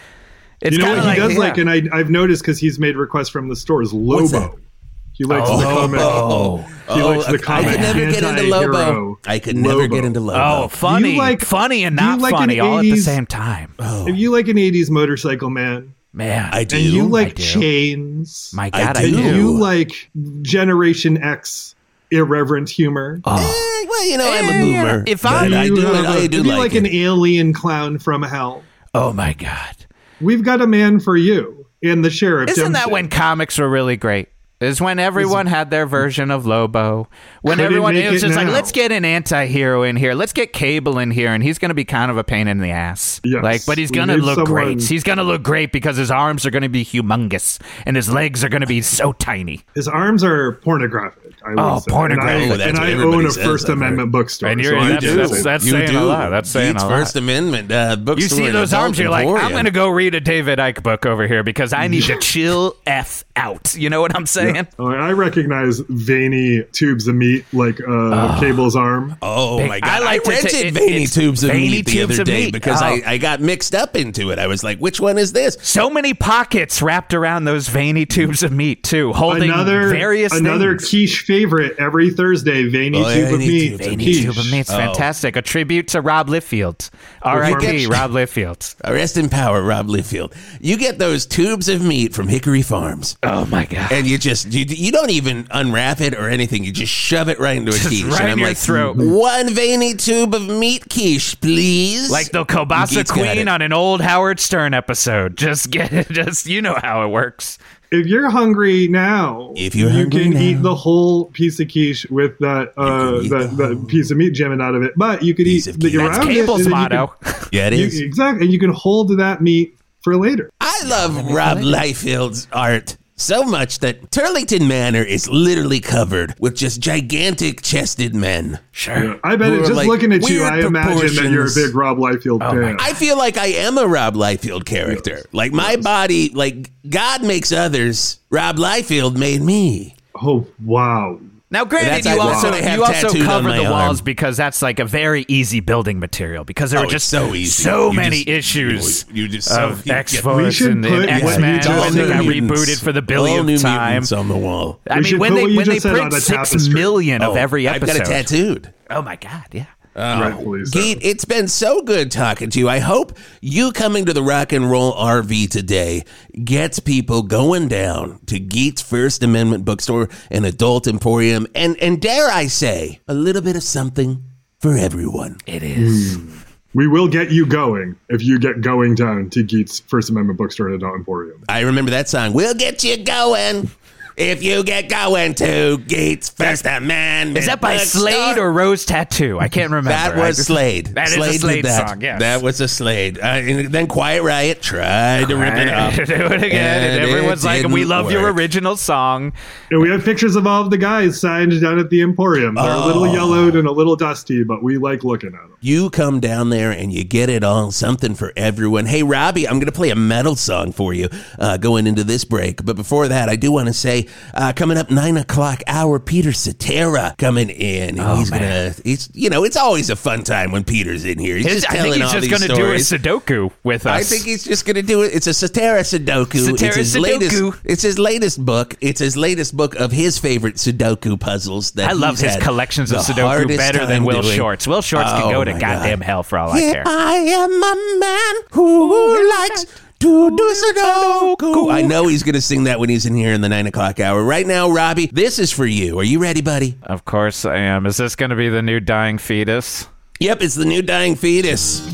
S2: It's
S4: you know what
S2: kinda
S4: he does
S2: yeah.
S4: like, and I, I've noticed because he's made requests from the stores.
S1: that? Oh.
S4: Lobo. He likes the comic. he likes the
S1: I
S4: comic.
S1: could never get into
S4: anti-hero
S1: Lobo. I could never
S4: Lobo.
S1: get into
S2: Oh,
S1: Lobo.
S2: funny,
S4: You like-
S2: funny, and
S4: you
S2: not
S4: like an
S2: funny, all at the
S4: 80s
S2: same time.
S4: If you like an 80s motorcycle man,
S2: Man,
S1: Oh, I do.
S4: and you like
S2: do.
S4: chains,
S2: my
S1: I
S2: God, I
S1: do.
S2: do.
S4: and you
S1: Ew.
S4: like Generation X irreverent humor.
S2: Oh,
S1: Eh, well, you know, I'm a boomer.
S2: If
S1: but
S2: I'm-
S1: I do,
S4: have
S1: I
S4: a-
S1: do
S4: if you
S1: like,
S4: an
S1: it.
S4: alien clown from hell.
S2: oh my God!
S4: We've got a man for you and the sheriff.
S2: Isn't that
S4: Dempsey.
S2: when comics were really great? Is when everyone had their version of Lobo. When
S4: Couldn't
S2: everyone
S4: make
S2: it was
S4: it
S2: just like,
S4: now.
S2: let's get an anti-hero in here. Let's get Cable in here, and he's going to be kind of a pain in the ass.
S4: Yes.
S2: Like, but he's
S4: We
S2: going to
S4: need
S2: look
S4: someone-
S2: great. He's going to look great because his arms are going to be humongous and his legs are going to be so tiny.
S4: his arms are pornographic? I would
S2: Oh,
S4: say.
S2: pornographic. Oh,
S4: And I,
S1: that's
S4: and
S1: what
S4: I
S1: everybody
S4: own a
S1: says,
S4: First
S1: I've heard.
S4: Amendment bookstore.
S2: And you're
S4: so I
S2: that's,
S4: do.
S2: that's, that's
S1: You
S2: saying
S1: do.
S2: a lot. That's saying
S1: Yeats
S2: a lot.
S1: First Amendment uh, bookstore.
S2: You see
S1: in
S2: those
S1: Adult
S2: arms, you're like, I'm
S1: Emporium.
S2: going to go read a David Icke book over here because I need to chill F out. You know what I'm saying?
S4: Oh, I recognize veiny tubes of meat like uh, Cable's arm.
S1: Ah. Oh my god! I,
S2: I like to
S1: rented
S2: ta- it-
S1: veiny
S2: it's
S1: tubes of
S2: veiny
S1: meat the
S2: tubes
S1: other
S2: of
S1: day
S2: meat. Oh.
S1: because I, I got mixed up into it. I was like, which one is this?
S2: So many pockets wrapped around those veiny tubes of meat, too, holding
S4: Another
S2: various
S4: another
S2: things.
S4: quiche favorite every Thursday. Veiny
S1: Oh,
S4: tube of
S1: veiny
S4: meat.
S1: tube of
S2: Veiny
S4: Quiche.
S2: tube of meat's fantastic. A tribute to Rob Liefeld. R.I.P.
S1: get-
S2: Rob Liefeld.
S1: Rest in power, Rob Liefeld. You get those tubes of meat from Hickory Farms,
S2: Oh my god!
S1: and you just just you, you don't even unwrap it or anything. You just shove it right into a quiche. and
S2: right in
S1: I'm
S2: your
S1: like,
S2: throat.
S1: One veiny tube of meat quiche, please.
S2: Like the kielbasa
S1: Geet's got it.
S2: queen on an old Howard Stern episode. Just get it. Just you know how it works.
S4: If you're hungry now,
S1: If you're
S4: you
S1: hungry
S4: can
S1: now.
S4: eat the whole piece of quiche with that uh,
S1: can eat
S4: that,
S1: the
S4: that piece of meat jamming out of it. But you could eat
S1: Piece of
S4: the
S1: quiche.
S4: around
S1: That's
S4: it. and
S2: Cable's
S4: then you
S2: motto.
S1: yeah, it
S4: can-
S1: is.
S4: you- exactly, and you can hold that meat for later.
S1: I love Rob Liefeld's art so much that Turlington Manor is literally covered with just gigantic chested men.
S2: Sure.
S4: I bet
S1: Who
S4: it,
S1: are,
S4: just
S1: like,
S4: looking at you,
S1: weird
S4: I imagine that you're a
S1: proportions.
S4: big Rob Liefeld fan.
S1: I feel like I am a Rob Liefeld character. Like my body, like God makes others. Rob Liefeld made me.
S4: Oh wow!
S2: Now,
S1: That's
S2: granted, you
S1: like why
S2: also
S1: I have
S2: you also
S1: tattooed on
S2: covered
S1: my
S2: the walls
S1: arm.
S2: because that's like a very easy building material because there
S1: Oh,
S2: were
S1: it's
S2: just
S1: so easy.
S2: so
S1: You
S2: many
S1: just-
S2: issues.
S1: you- you just-
S2: of
S1: you get-
S2: X
S4: We
S2: Force
S4: should
S2: and,
S4: put
S2: and
S4: what
S2: X
S4: you
S2: Men.
S4: just
S2: I think I
S4: said-
S2: rebooted for the
S1: All new
S2: billionth time.
S1: mutants on the wall.
S2: I
S4: We
S2: mean,
S4: should
S2: when
S4: put
S2: they
S4: what you
S2: when they
S4: just said
S2: print
S4: on a
S2: six
S4: tapestry.
S2: million of
S1: Oh,
S2: every episode.
S1: I've got it tattooed.
S2: Oh my god, yeah.
S1: Oh,
S4: Rightfully so.
S1: Geet, it's been so good talking to you. I hope you coming to the Rock and Roll RV today gets people going down to Geet's First Amendment Bookstore and Adult Emporium, and and dare I say, a little bit of something for everyone.
S2: It is.
S4: We will get you going if you get going down to Geet's First Amendment bookstore at Adult Emporium.
S1: I remember that song. We'll get you going if you get going to Geet's First Amendment.
S2: Is that by
S1: Bookstore.
S2: Slade or Rose Tattoo? I can't remember.
S1: That
S2: I
S1: was
S2: just-
S1: Slade.
S2: That is a
S1: Slade did
S2: Slade
S1: that.
S2: song, yes.
S1: That was a Slade. Uh, and then Quiet Riot tried to rip it up.
S2: Do it again. And
S1: And
S2: everyone's
S1: it
S2: like, "We
S1: didn't
S2: love your
S1: work.
S2: original song."
S4: And we have pictures of all of the guys signed down at the Emporium. They're a
S1: Oh.
S4: little yellowed and a little dusty, but we like looking at them.
S1: You come down there and you get it all, something for everyone. Hey, Robbie, I'm going to play a metal song for you uh, going into this break. But before that, I do want to say uh, coming up nine o'clock hour, Peter Cetera coming in.
S2: Oh,
S1: And he's going to, he's, you know, it's always a fun time when Peter's in here. He's
S2: His-
S1: just
S2: I
S1: telling
S2: think he's
S1: all these
S2: just going to do a
S1: stories.
S2: Sudoku with us.
S1: I think he's just going to do it. It's a Satara Sudoku.
S2: Satara
S1: it's his
S2: Sudoku.
S1: latest. It's his latest book. It's his latest book of his favorite Sudoku puzzles. That
S2: I love
S1: he's
S2: his
S1: had
S2: collections of
S1: the
S2: Sudoku
S1: hardest
S2: better than
S1: time
S2: Will
S1: doing.
S2: Shorts. Will Shorts
S1: Oh
S2: can go to
S1: my
S2: goddamn
S1: God.
S2: hell for all I
S1: Yeah,
S2: care.
S1: I am a man who likes to do Sudoku. I know he's going to sing that when he's in here in the nine o'clock hour. Right now, Robbie, this is for you. Are you ready, buddy?
S2: Of course I am. Is this going to be the new dying fetus?
S1: Yep, it's the new dying fetus.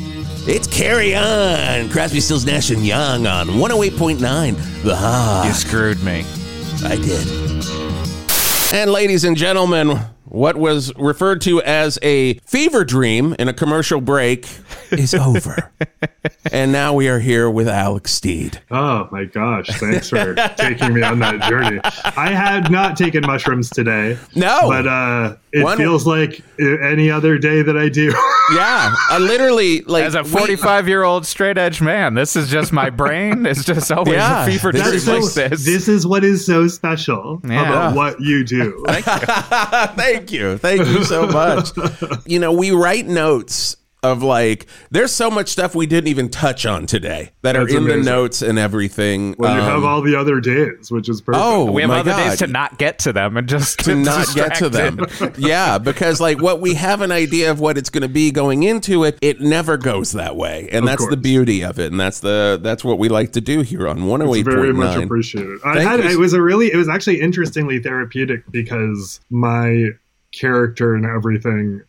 S1: It's Carry On. Crosby, Stills, Nash, and Young on 108.9 The
S2: You
S1: Hog.
S2: screwed me.
S1: I did.
S9: And ladies and gentlemen, what was referred to as a fever dream in a commercial break,
S1: It's over.
S9: and now we are here with Alex Steed.
S4: Oh my gosh! Thanks for taking me on that journey. I had not taken mushrooms today,
S9: No,
S4: but uh, it
S9: One-
S4: feels like any other day that I do.
S9: yeah, I literally like
S2: As a
S9: we-
S2: 45 year old straight edge man, this is just my brain. It's just always
S9: Yeah.
S2: a fever
S9: This
S2: dream
S4: That's
S9: is
S4: so,
S2: like this.
S4: is what is so special
S2: Yeah.
S4: about what you do.
S9: thank you, thank you so much. you know, we write notes of like there's so much stuff we didn't even touch on today that
S4: That's
S9: are in the
S4: amazing.
S9: notes and everything.
S4: Well, you have
S9: Um,
S4: all the other days, which is perfect.
S9: oh,
S2: we have
S9: my
S2: other days
S9: God.
S2: to not get to them and just
S9: to not get to them. yeah, because like what we have an idea of what it's going to be going into it, it never goes that way, and that's the
S4: course.
S9: beauty of it, and that's the that's what we like to do here on one hundred eight
S4: very
S9: point
S4: much
S9: nine.
S4: appreciated. I
S9: Thank
S4: had
S9: you.
S4: it was a really it was actually interestingly therapeutic because my character and everything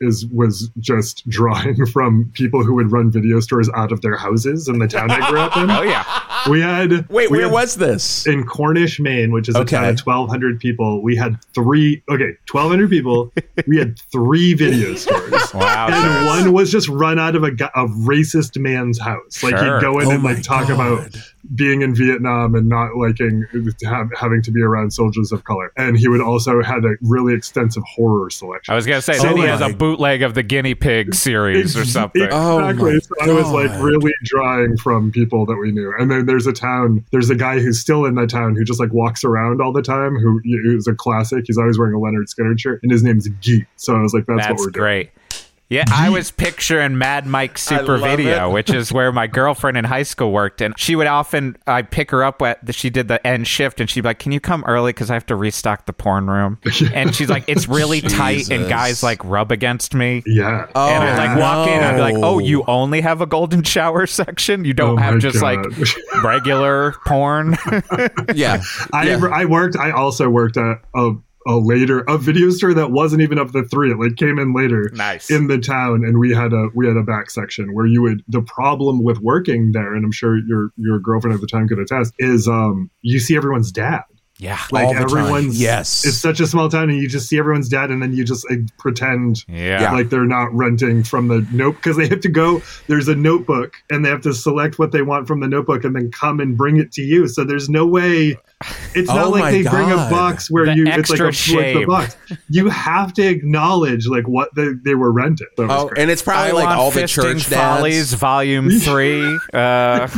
S4: is was just drawing from people who would run video stores out of their houses in the town I grew up in.
S2: Oh, yeah.
S4: We had
S9: Wait,
S4: we
S9: where
S4: had-
S9: was this?
S4: in Cornish, Maine, which is a town
S9: Okay.
S4: of 1,200 people. We had three. Okay, 1,200 people. we had three video stores.
S2: Wow.
S4: And
S2: sure.
S4: one was just run out of a, gu- a racist man's house. Like
S2: Sure.
S4: he'd go in
S1: Oh
S4: and
S1: my
S4: like talk about being in Vietnam and not liking ha- having to be around soldiers of color. And he would also had a really extensive horror selection.
S2: I was going to say,
S4: So
S2: then he
S4: my-
S2: has a bootleg of the guinea pig series or something.
S9: Oh my
S4: Exactly. so I was like
S9: God.
S4: really drawing from people that we knew. And then there's a town, there's a guy who's still in that town who just like walks around all the time, who who's a classic. He's always wearing a Leonard Skinner shirt, and his name's Geet. So I was like, that's, what
S2: That's
S4: we're doing.
S2: great. Yeah, I was picturing Mad Mike Super Video, which is where my girlfriend in high school worked, and she would often I pick her up at she did the end shift, and she'd be like, "Can you come early? Because I have to restock the porn room." And she's like, "It's really tight, and guys like rub against me."
S4: Yeah.
S2: and I'd like walk in, and I'd be like, "Oh, you only have a golden shower section? You don't
S4: Oh my
S2: have just
S4: God.
S2: like regular porn?"
S1: Yeah.
S4: I I worked. I also worked at a, a later a video store that wasn't even of the three. It like came in later.
S2: Nice.
S4: in the town, and we had a we had a back section where you would. The problem with working there, and I'm sure your your girlfriend at the time could attest, is um you see everyone's dad.
S2: yeah,
S4: Like
S1: All the time.
S4: everyone's
S1: Yes.
S4: It's such a small town, and you just see everyone's dad, and then you just like, pretend
S2: yeah.
S4: like they're not renting from the note because they have to go there's a notebook and they have to select what they want from the notebook and then come and bring it to you so there's no way it's not
S1: Oh my
S4: like they bring a
S1: God.
S4: box where
S2: The
S4: you it's like a
S2: extra
S4: like the
S2: shame.
S4: box you have to acknowledge like what they, they were rented That was
S1: Oh,
S4: crazy.
S1: and it's probably
S2: I
S1: like
S2: want
S1: all the
S2: Fisting
S1: church
S2: Follies,
S1: dads.
S2: Volume Three. Uh,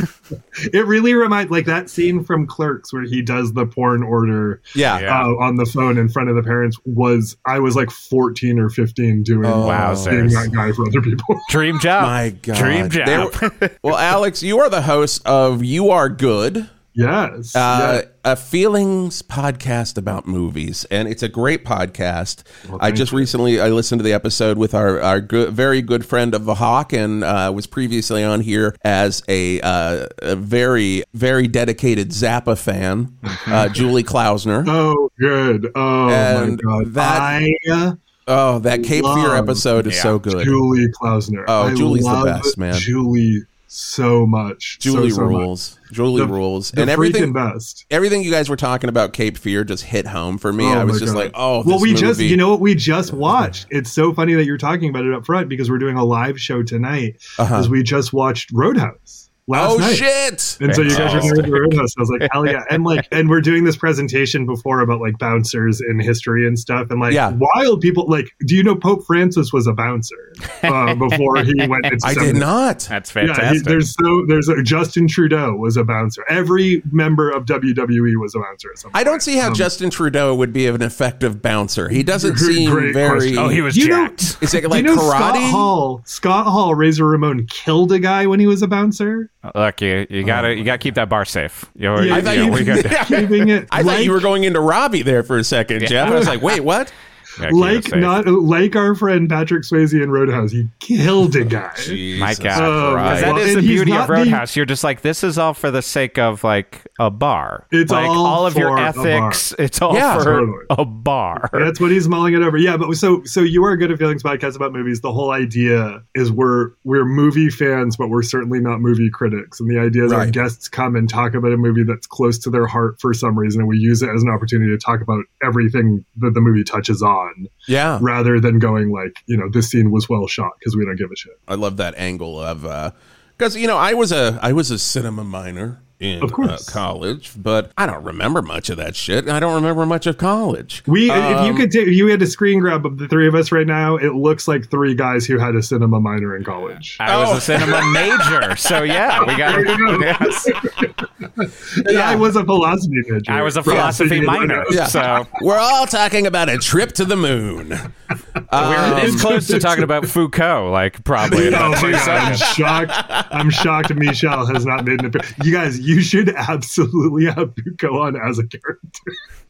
S4: it really reminds like that scene from clerks where he does the porn order
S1: Yeah.
S2: Yeah.
S4: uh, on the phone in front of the parents was i was like 14 or 15 doing
S1: Oh,
S4: being
S2: Wowzers.
S4: that guy for other people
S2: Dream job.
S4: Oh
S1: My God.
S2: Dream job.
S1: There- well, Alex, you are the host of You Are Good.
S4: yes
S1: Uh, a feelings podcast about movies, and it's a great podcast. I just recently I listened to the episode with our our good, very good friend of the Hawk, and uh, was previously on here as a, uh, a very very dedicated Zappa fan, uh, Julie Klausner.
S4: So good. Oh
S1: And
S4: my god.
S1: that-
S4: I uh,
S1: Oh, that Cape Fear
S4: Love.
S1: episode is
S2: Yeah.
S1: so good.
S4: Julie Klausner.
S1: Oh,
S4: I
S1: Julie's the
S4: love
S1: best, man.
S4: Julie so much. So,
S1: Julie
S4: so much.
S1: rules. Julie
S4: The-
S1: rules,
S4: The
S1: and
S4: freaking
S1: everything.
S4: best.
S1: Everything you guys were talking about Cape Fear just hit home for me.
S4: Oh
S1: I was
S4: my
S1: just
S4: God.
S1: like, "Oh,
S4: well,
S1: this
S4: we just,
S1: movie-
S4: you know what, we just watched. It's so funny that you're talking about it up front because we're doing a live show tonight.
S1: Uh-huh.
S4: Because we just watched Roadhouse last
S1: oh
S4: night.
S1: shit!"
S4: And so you guys are
S2: Fantastic.
S4: going to Roadhouse. I was like, hell yeah. And like, and we're doing this presentation before about like bouncers in history and stuff. And like,
S1: Yeah.
S4: wild people, like, do you know Pope Francis was a bouncer uh, before he went into
S1: I did
S4: seminary?
S1: not.
S2: That's
S4: Yeah, he,
S2: fantastic.
S4: there's so there's a, Justin Trudeau was a bouncer. Every member of WWE was a bouncer. At some
S1: I don't see how
S4: Um,
S1: Justin Trudeau would be an effective bouncer. He doesn't seem
S4: Great
S1: very.
S4: question.
S2: oh, he was
S4: You know-
S2: jacked.
S1: Is it
S4: Do
S1: like
S4: you know Scott
S1: karate?
S4: Hall? Scott Hall, Razor Ramon killed a guy when he was a bouncer.
S2: Look, you, you
S4: Oh
S2: gotta you gotta keep that bar safe. You, you-
S4: I thought
S2: you-
S4: you-
S2: we got-
S4: Keeping it
S1: I thought
S4: like,
S1: you were going into Robbie there for a second, Jeff. I was like, wait, what?
S2: yeah, keep it
S4: like
S2: safe.
S4: not like our friend Patrick Swayze in Roadhouse. He killed a guy.
S2: My God,
S4: Oh,
S2: Because
S4: well,
S2: that is
S4: and
S2: the
S4: he's
S2: beauty
S4: not
S2: of
S4: the-
S2: Roadhouse. You're just like this is all for the sake of like a bar.
S4: It's
S2: like
S4: all
S2: of your
S4: for a bar.
S2: ethics. It's all
S1: Yeah.
S2: for
S4: Totally.
S2: a bar.
S4: That's what he's mulling it over. Yeah, but so so you are a good at feelings podcast about movies. The whole idea is we're we're movie fans, but we're certainly not movie critics. And the idea is our
S1: Right.
S4: guests come and talk about a movie that's close to their heart for some reason, and we use it as an opportunity to talk about everything that the movie touches on,
S1: Yeah,
S4: rather than going like, you know, this scene was well shot because we don't give a shit.
S1: I love that angle of because you know I was a I was a cinema minor in
S4: Of course.
S1: uh, college, but I don't remember much of that shit. I don't remember much of college.
S4: We, if you could, ta- if you had a screen grab of the three of us right now. It looks like three guys who had a cinema minor in college.
S2: I was a cinema major, so yeah, we got. Yes.
S4: And I was a philosophy major.
S2: I was a
S4: From
S2: philosophy
S4: City of
S2: minor,
S4: Roadhouse.
S1: Yeah.
S2: so
S1: We're all talking about a trip to the moon. Um,
S2: we're this close to talking about Foucault, like probably. in
S4: Oh
S2: about
S4: my
S2: two
S4: God, I'm
S2: seconds.
S4: shocked. I'm shocked Michelle has not made an appearance. You guys, you should absolutely have Buko on as a character.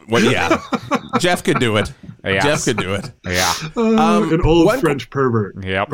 S1: Well, yeah, Jeff could do it.
S2: Yeah.
S1: Jeff could do it.
S2: Yeah.
S4: An old
S1: one-
S4: French pervert.
S2: Yep.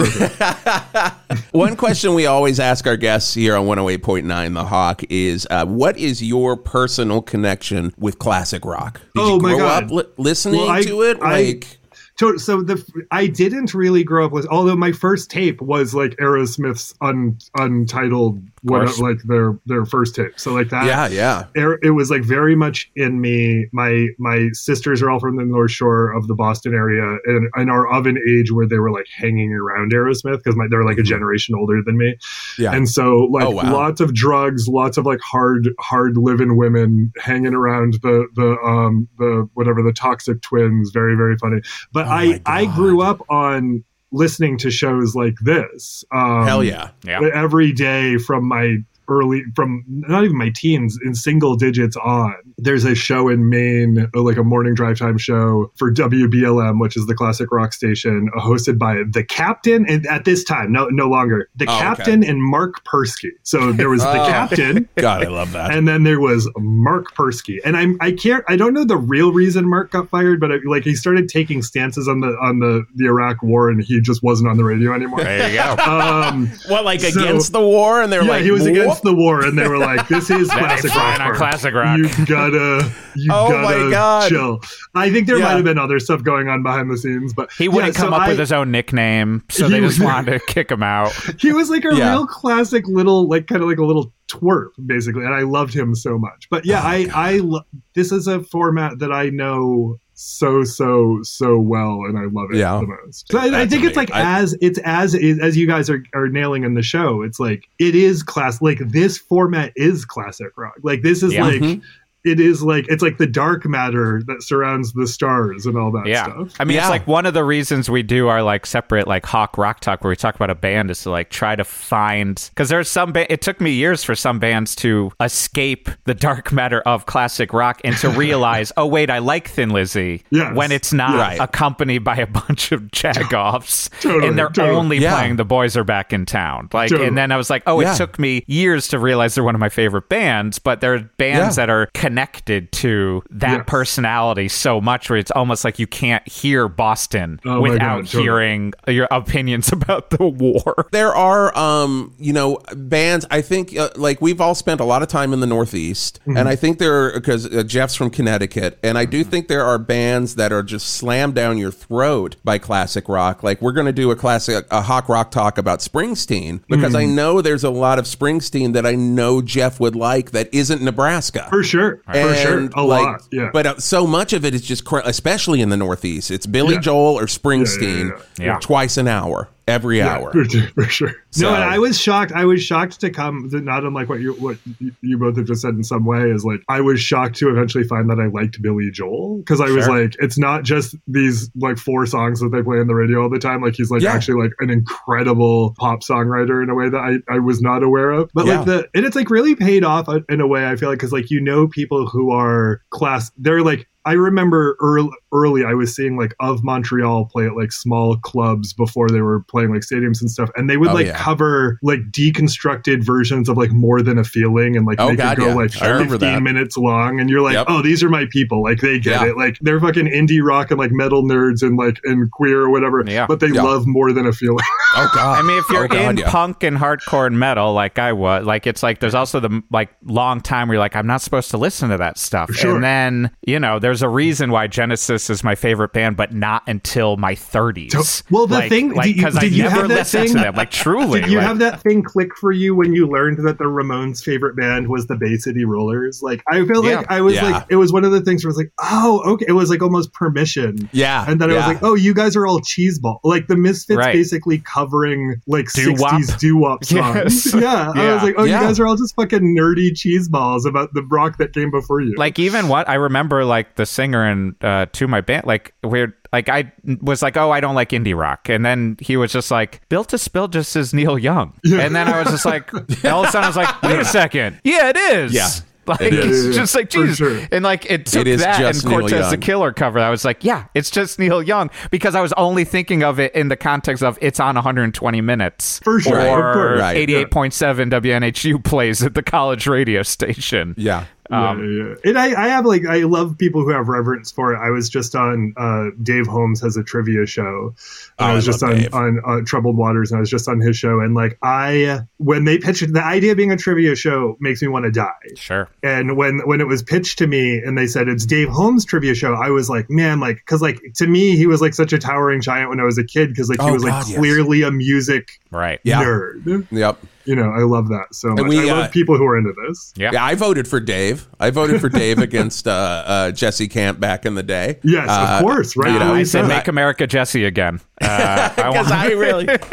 S1: One question we always ask our guests here on 108.9 The Hawk is uh, what is your personal connection with classic rock? Did
S4: Oh,
S1: you
S4: my
S1: grow
S4: God.
S1: up li- listening
S4: Well, I-
S1: to it?
S4: I-
S1: like,
S4: To- So the I didn't really grow up with. Although my first tape was like Aerosmith's un, untitled, what,
S2: course.
S4: like their their first tape. So like that.
S1: yeah, yeah.
S4: Air- It was like very much in me. My my sisters are all from the North Shore of the Boston area, and, and are of an age where they were like hanging around Aerosmith because they're like a generation older than me.
S1: Yeah.
S4: And so like
S1: Mm-hmm. Oh, wow.
S4: lots of drugs, lots of like hard hard living women hanging around the the um the whatever the toxic twins, very very funny. But
S1: Oh my
S4: I I grew up on listening to shows like this. Um
S1: Hell yeah.
S2: Yeah.
S4: every day from my early from not even my teens in single digits on. There's a show in Maine, uh, like a morning drive time show for WBLM, which is the classic rock station, uh, hosted by the captain and at this time, no no longer. The
S1: Oh, okay.
S4: captain and Mark Persky. So there was the
S1: Oh.
S4: captain
S1: God, I love that.
S4: and then there was Mark Persky, and I'm I can't I don't know the real reason Mark got fired, but I, like he started taking stances on the on the the Iraq War, and he just wasn't on the radio anymore.
S2: There you go.
S4: Um,
S10: What, like
S4: So-
S10: against the war? And they were
S4: yeah,
S10: like,
S4: he was
S10: "Whoa."
S4: against the war, and they were like, "This is classic rock."
S2: fine on
S4: work.
S2: classic rock.
S4: You gotta, you
S1: Oh my
S4: gotta
S1: God.
S4: chill. I think there
S1: Yeah.
S4: might have been other stuff going on behind the scenes, but
S2: He wouldn't
S4: yeah,
S2: come
S4: so
S2: up
S4: I-
S2: with his own nickname, so
S4: He
S2: they just
S4: was-
S2: wanted to kick him out.
S4: he was like a
S1: Yeah.
S4: real classic little like kind of like a little twerp basically and i loved him so much but
S1: Oh,
S4: yeah i i lo- this is a format that i know so so so well and i love it
S1: Yeah.
S4: the most so I, I
S1: That's
S4: think it's like
S1: amazing. I-
S4: as it's as as you guys are, are nailing in the show it's like it is class like this format is classic rock like this is
S2: Yeah.
S4: like
S1: Mm-hmm.
S4: it is like it's like the dark matter that surrounds the stars and all that
S2: Yeah.
S4: stuff
S2: I mean,
S1: Yeah.
S2: it's like one of the reasons we do our like separate like hawk rock talk where we talk about a band is to like try to find because there's some ba- it took me years for some bands to escape the dark matter of classic rock and to realize oh wait I like Thin Lizzy
S4: Yes.
S2: when it's not
S1: Right.
S2: accompanied by a bunch of jagoffs
S4: Totally,
S2: and they're
S4: totally.
S2: only
S1: Yeah.
S2: playing the boys are back in town like
S4: Totally.
S2: and then I was like oh
S1: Yeah.
S2: it took me years to realize they're one of my favorite bands but they're bands
S1: Yeah.
S2: that are connected to that
S4: Yes.
S2: person personality so much where it's almost like you can't hear Boston
S4: Oh my
S2: without
S4: God, totally.
S2: hearing your opinions about the war.
S1: there are um you know bands i think uh, like we've all spent a lot of time in the northeast
S4: Mm-hmm.
S1: and i think there are because uh, jeff's from connecticut and i do think there are bands that are just slammed down your throat by classic rock like we're going to do a classic a hawk rock talk about springsteen because i
S4: Mm-hmm.
S1: know there's a lot of springsteen that i know jeff would like that isn't nebraska
S4: for sure for sure a
S1: like,
S4: lot yeah
S1: But uh, so much of it is just, cra- especially in the Northeast, it's Billy Joel or Springsteen
S2: yeah.
S1: twice an hour, every hour.
S4: For sure. For sure.
S1: So-
S4: No, and I was shocked. I was shocked to come. that Not unlike what you what you- you both have just said in some way is like I was shocked to eventually find that I liked Billy Joel because I was
S2: Sure.
S4: like, it's not just these like four songs that they play on the radio all the time. Like he's like
S1: Yeah.
S4: actually like an incredible pop songwriter in a way that I I was not aware of. But
S1: Yeah.
S4: like the and it's like really paid off uh, in a way I feel like because like you know people who are class. They're like. I remember early, early I was seeing like of Montreal play at like small clubs before they were playing like stadiums and stuff, and they would
S1: Oh,
S4: like
S1: yeah.
S4: cover like deconstructed versions of like more than a feeling, and like
S1: Oh,
S4: they
S1: God,
S4: could go
S1: yeah.
S4: like
S1: I remember
S4: fifteen
S1: that.
S4: minutes long, and you're like,
S1: Yep.
S4: oh, these are my people, like they get
S1: Yeah.
S4: it, like they're fucking indie rock and like metal nerds and like and queer or whatever,
S2: Yeah.
S4: but they
S1: Yeah.
S4: love more than a feeling.
S1: Oh, God.
S2: I mean, if you're
S1: Oh, God,
S2: in
S1: yeah.
S2: punk and hardcore and metal, like I was, like it's like there's also the like long time where you're like, I'm not supposed to listen to that stuff.
S4: Sure.
S2: And then you know, there's a reason why Genesis is my favorite band, but not until my 30s.
S4: Well, the
S2: Like-
S4: thing-
S2: like
S4: did you-
S2: because
S4: did
S2: I
S4: you
S2: never
S4: have that
S2: listened to
S4: thing?
S2: them. Like truly,
S4: Did you
S2: like-
S4: have that thing click for you when you learned that the Ramones' favorite band was the Bay City Rollers? Like, I feel
S2: Yeah.
S4: like I was
S1: Yeah.
S4: like, it was one of the things where I was like, oh, okay. It was like almost permission.
S1: yeah.
S4: And then I
S1: yeah.
S4: was like, oh, you guys are all cheese ball. Like, the Misfits
S2: Right.
S4: basically covering like
S2: Doo-wop.
S4: 60s doo wop songs.
S2: Yes.
S4: Yeah. I
S2: Yeah.
S4: was like, oh,
S1: Yeah.
S4: you guys are all just fucking nerdy cheese balls about the rock that came before you.
S2: like even what I remember, like the singer and uh, to my band, like we're like I was like, oh, I don't like indie rock, and then he was just like, Built to Spill just is Neil Young, and then I was just like, all of a sudden I was like, wait a second, yeah, it is,
S1: Yeah.
S2: Like
S1: It is.
S2: it's just like
S4: For
S2: Jesus,
S4: sure.
S2: and like it took
S1: is
S2: that and
S1: just Neil
S2: Cortez the
S1: Young.
S2: Killer cover. I was like, yeah, it's just Neil Young because I was only thinking of it in the context of it's on 120 minutes
S4: For sure. Right. Of
S2: or
S4: course.
S1: Right.
S2: 88.7 WNHU plays at the college radio station.
S1: yeah.
S4: yeah, yeah. And I, I have like I love people who have reverence for it. I was just on uh, Dave Holmes has a trivia show.
S1: Oh,
S4: And
S1: I
S4: I was just
S1: love
S4: on
S1: Dave.
S4: on uh, Troubled Waters, and I was just on his show. And like I, when they pitched the idea of being a trivia show, makes me want to die.
S2: Sure.
S4: And when when it was pitched to me, and they said it's Dave Holmes trivia show, I was like, man, like because like to me he was like such a towering giant when I was a kid because like he
S1: Oh,
S4: was
S1: God,
S4: like
S1: yes.
S4: clearly a music
S2: Right.
S1: Yeah.
S4: nerd.
S1: Yep.
S4: You know, I love that so much.
S1: we,
S4: I love
S1: uh,
S4: people who are into this.
S2: Yeah.
S1: Yeah, I voted for Dave. I voted for Dave against uh, uh, Jesse Camp back in the day.
S4: Yes,
S1: Uh,
S4: of course, right?
S1: you know,
S2: I
S1: I
S2: said
S1: said
S2: make America Jesse again. Uh, I want-
S1: Because I really,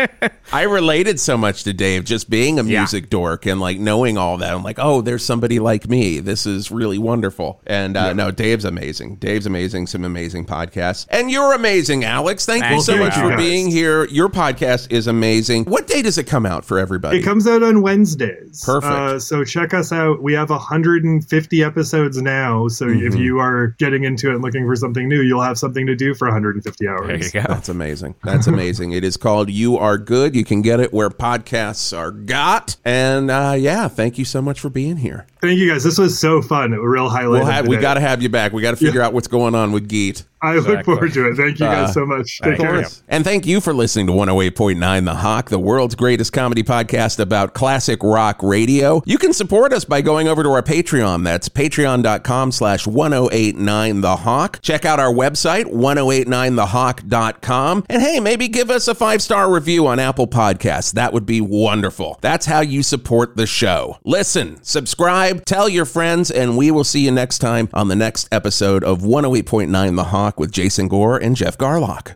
S1: I related so much to Dave just being a music dork and like knowing all that. I'm like, oh, there's somebody like me. This is really wonderful. And uh, no, Dave's amazing. Dave's amazing. Some amazing podcasts, and you're amazing, Alex. Thank you
S2: Thank
S1: so
S2: you,
S1: much for
S4: Alex.
S1: being here. Your podcast is amazing. What day does it come out for everybody?
S4: It comes comes out on Wednesdays.
S1: Perfect.
S4: Uh, so check us out. We have 150 episodes now. So
S1: Mm-hmm.
S4: if you are getting into it and looking for something new, you'll have something to do for 150 hours.
S2: There you go.
S1: That's amazing. That's amazing. it is called You Are Good. You can get it where podcasts are got. And uh, yeah, thank you so much for being here.
S4: Thank you guys. This was so fun. A real highlight.
S1: We'll
S4: of
S1: have,
S4: the
S1: we
S4: day.
S1: got to have you back. We got to figure out what's going on with Geet.
S4: I look forward to it. Thank you guys so much. Take care.
S1: And Uh, thank you for listening to 108.9 The Hawk, the world's greatest comedy podcast about classic rock radio. You can support us by going over to our Patreon. That's patreon.com slash 108.9 The Hawk. Check out our website, 1089thehawk.com. And hey, maybe give us a five-star review on Apple Podcasts. That would be wonderful. That's how you support the show. Listen, subscribe, tell your friends, and we will see you oh next time on the next episode of 108.9 The Hawk with Jason Gore and Jeff Garlock.